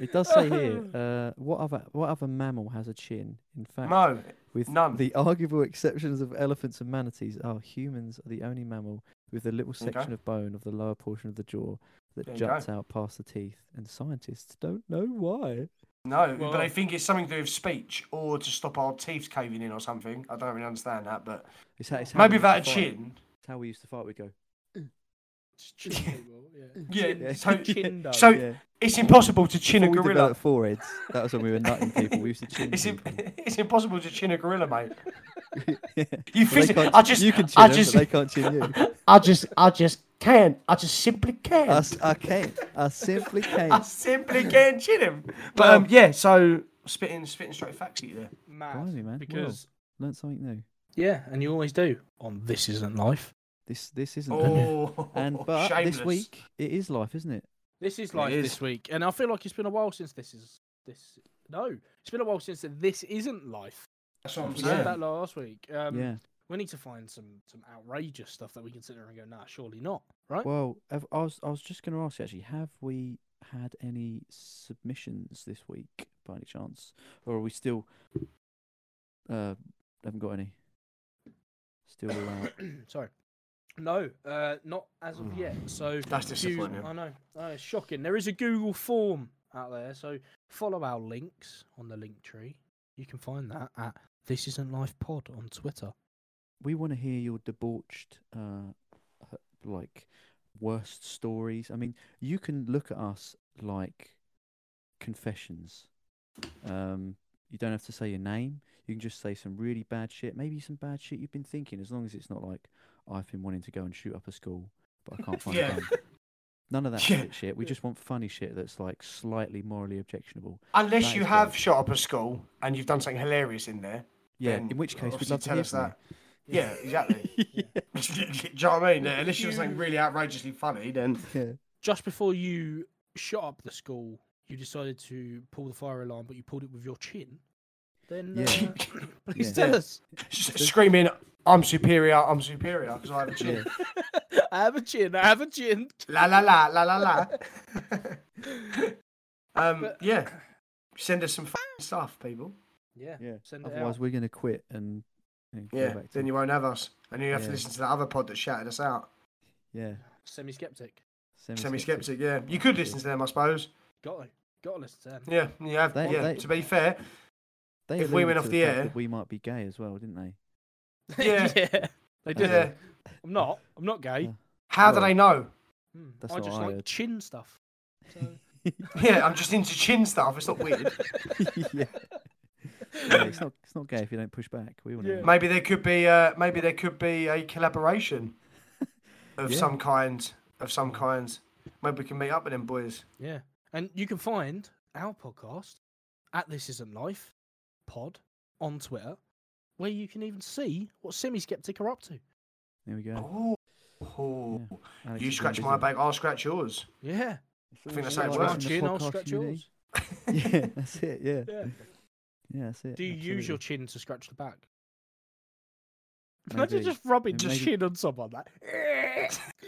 S2: It does say here, uh, what other what other mammal has a chin? In fact,
S1: No,
S2: with
S1: none.
S2: the arguable exceptions of elephants and manatees, are humans are the only mammal with a little
S1: There you go.
S2: section of bone of the lower portion of the jaw that
S1: There you
S2: juts
S1: go.
S2: out past the teeth, and scientists don't know why.
S1: no. but
S3: Well-
S1: they think it's something to do with speech or to stop our teeth caving in or something. I don't really understand that, but
S2: It's how, it's how
S1: maybe
S2: we used to
S1: without a
S2: fight.
S1: chin.
S2: It's how we used to fight. We'd go.
S3: Just chin people, yeah.
S1: Yeah.
S2: Yeah.
S1: So
S3: Chin dog.
S1: so
S2: yeah.
S1: it's impossible to chin Oh, a
S2: Before we
S1: gorilla.
S2: developed foreheads. That was when we were nutting people. We used to chin
S1: It's, im-
S2: people.
S1: it's impossible to chin a gorilla, mate. You
S2: yeah. But they
S1: physically,
S2: can't-
S1: I just,
S2: you can chin
S1: I
S2: them,
S1: just,
S2: but they can't chin you.
S1: I just, I just can't. I just simply can't.
S2: I, s- I can't. I simply can't.
S1: I simply can't chin him. But um, yeah, so spitting, spitting straight facts at you there.
S3: Mad.
S2: Blimey, man. Wow.
S3: Because
S2: Learned something new.
S3: yeah, and you always do on this isn't life.
S2: This this isn't. and-
S1: Oh,
S2: And but
S1: shameless.
S2: this week it is life, isn't it?
S3: This is life
S1: is.
S3: this week, and I feel like it's been a while since this is this. No, it's been a while since this isn't life.
S1: That's what I'm
S3: We
S1: saying.
S3: said that last week. Um,
S2: yeah.
S3: We need to find some some outrageous stuff that we can sit there and go, nah, surely not, right?
S2: Well, have- I was I was just going to ask you actually, have we had any submissions this week by any chance, or are we still uh haven't got any? Still all out.
S3: Sorry. No, uh, not as of yet. So
S1: That's
S3: you-
S1: disappointing.
S3: I know. I know, it's shocking. There is a Google form out there, so follow our links on the link tree. You can find that at This Isn't Life Pod on Twitter.
S2: We want to hear your debauched, uh, h- like worst stories. I mean, you can look at us like confessions. Um, you don't have to say your name. You can just say some really bad shit. Maybe some bad shit you've been thinking, as long as it's not like I've been wanting to go and shoot up a school, but I can't find
S1: Yeah.
S2: a gun. None of that
S1: Yeah.
S2: shit, shit. We just want funny shit that's like slightly morally objectionable.
S1: Unless
S2: That
S1: you
S2: is
S1: have
S2: bad.
S1: shot up a school and you've done something hilarious in there.
S2: Yeah.
S1: Then
S2: in which case, we'd
S1: obviously
S2: love to
S1: tell
S2: hear
S1: us
S2: from
S1: that. Yeah, exactly.
S2: you.
S1: Do you know what I mean? Unless you do something really outrageously funny, then
S5: Yeah.
S3: Just before you shot up the school, you decided to pull the fire alarm, but you pulled it with your chin. Then
S2: Yeah.
S3: uh, please
S2: Yeah.
S3: tell us.
S1: s- screaming, "I'm superior! I'm superior!" Because I have a chin.
S2: Yeah.
S3: I have a chin. I have a chin.
S1: La la la la la la. um,
S3: But-
S1: yeah. Send us some f***ing stuff, people.
S3: Yeah.
S2: Yeah.
S3: Send it out.
S2: Otherwise, we're going to quit and. and go
S1: Yeah.
S2: back to-
S1: Then you won't have us, and you have to
S2: Yeah.
S1: listen to that other pod that shouted us out.
S2: Yeah.
S3: Semi skeptic.
S1: Semi skeptic. Yeah, you could listen to them, I suppose.
S3: Got to. Got to listen to them.
S1: Yeah, you have.
S2: They-
S1: yeah.
S2: they-
S1: To be fair,
S2: They
S1: If we
S2: alluded
S1: went
S2: to
S1: off
S2: the
S1: the
S2: fact
S1: air-
S2: that we might be gay as well, didn't they?
S1: Yeah.
S3: They did.
S1: yeah.
S3: it. I'm not. I'm not gay.
S2: Uh,
S1: How do
S2: Well-
S1: they know?
S3: Hmm,
S2: that's
S3: I
S2: not
S3: just
S2: what I
S3: like
S2: heard.
S3: chin stuff. So-
S1: Yeah, I'm just into chin stuff. It's not weird.
S2: yeah. Yeah, it's not it's not gay if you don't push back. We want
S3: Yeah.
S2: to.
S1: Maybe there could be. Uh, maybe there could be a collaboration of
S2: Yeah.
S1: some kind. Of some kind. Maybe we can meet up with them boys.
S3: yeah. And you can find our podcast at This Isn't Life Pod on Twitter, where you can even see what semi skeptic are up to.
S2: There we go.
S1: Oh.
S2: Alex
S1: You
S2: has been
S1: scratch my
S2: busy.
S1: back, I'll scratch yours.
S3: Yeah.
S1: I think that's
S2: all
S1: how it
S2: about
S3: Scratch my
S1: works.
S2: the
S3: chin, I'll
S2: podcast
S3: scratch
S2: community.
S3: yours.
S2: Yeah, that's it. Yeah,
S3: eh? Yeah.
S2: yeah, that's it.
S3: Do you use your
S2: absolutely.
S3: chin to scratch the back? Imagine
S2: Maybe.
S3: just rubbing
S2: Yeah,
S3: your
S2: maybe.
S3: chin on someone like.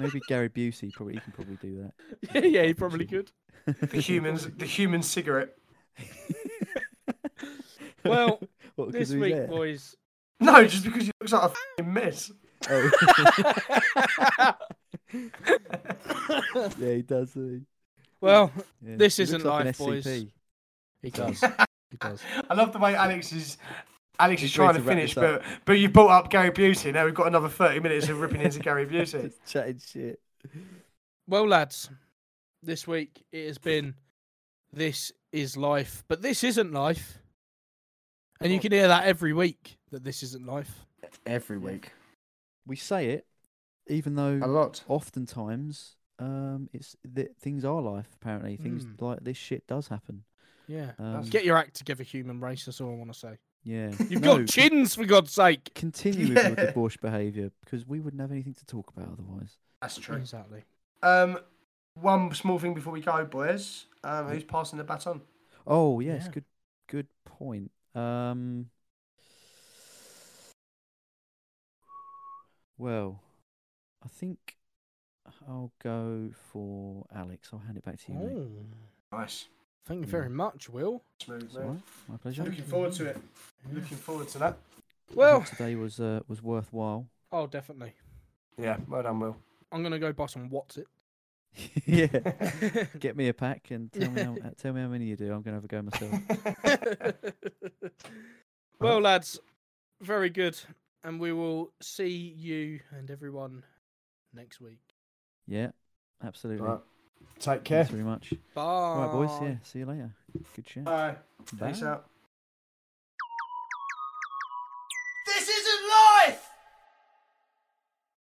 S2: Maybe Gary Busey probably he can probably do that.
S3: yeah, yeah, you probably could.
S1: The humans, the human cigarette.
S3: Well,
S2: What, 'cause
S3: This
S2: we
S3: week,
S2: there?
S3: boys.
S1: No, just because it looks like a fing mess.
S2: Oh, yeah, he does. doesn't
S3: well,
S2: he? Yeah.
S3: This
S2: He looks
S3: isn't
S2: like an
S3: life, boys.
S2: SCP.
S3: he does. He does.
S1: I love the way Alex is. Alex
S2: He's
S1: is trying
S2: ready
S1: to
S2: to wrap
S1: finish,
S2: this
S1: but but you brought up Gary Busey. Now we've got another thirty minutes of ripping into Gary Busey.
S2: Just chatting shit.
S3: Well, lads, this week it has been this is life, but this isn't life. And you can hear that every week that this isn't life.
S1: Every week,
S2: We say it, even though
S1: lot.
S2: oftentimes um it's that things are life apparently things
S3: Mm.
S2: like this shit does happen
S3: Yeah.
S2: um,
S3: Get your act together, human race. That's all I want to say.
S2: yeah No,
S3: You've got
S2: con-
S3: chins, for God's sake.
S2: continue with
S1: Yeah.
S2: your debauched behavior because we wouldn't have anything to talk about otherwise
S1: That's true.
S3: Exactly.
S1: Um, one small thing before we go, boys. Um, who's passing the baton?
S2: oh yes
S3: Yeah.
S2: good good point um well i think I'll go for Alex. I'll hand it back to you. mate.
S3: Oh,
S1: Nice.
S3: thank you
S2: Mm.
S3: very much, Will.
S1: Smooth
S2: It's
S1: move.
S2: alright, My pleasure.
S1: Looking forward to it. Looking forward to that.
S2: I hope
S3: Well,
S2: today was uh, was worthwhile.
S3: oh, definitely.
S1: Yeah, well done, Will.
S3: I'm gonna go buy some What's
S2: yeah.
S3: it.
S2: Get me a pack and tell me how, uh, tell me how many you do. I'm gonna have a go myself.
S3: well, lads, very good. And we will see you and everyone next week.
S2: yeah, absolutely.
S1: Right. Take care.
S2: Thanks very much.
S3: Bye.
S2: All right, boys. Yeah, see you later. Good chat.
S1: Bye.
S2: Bye.
S1: Peace out.
S4: This isn't life!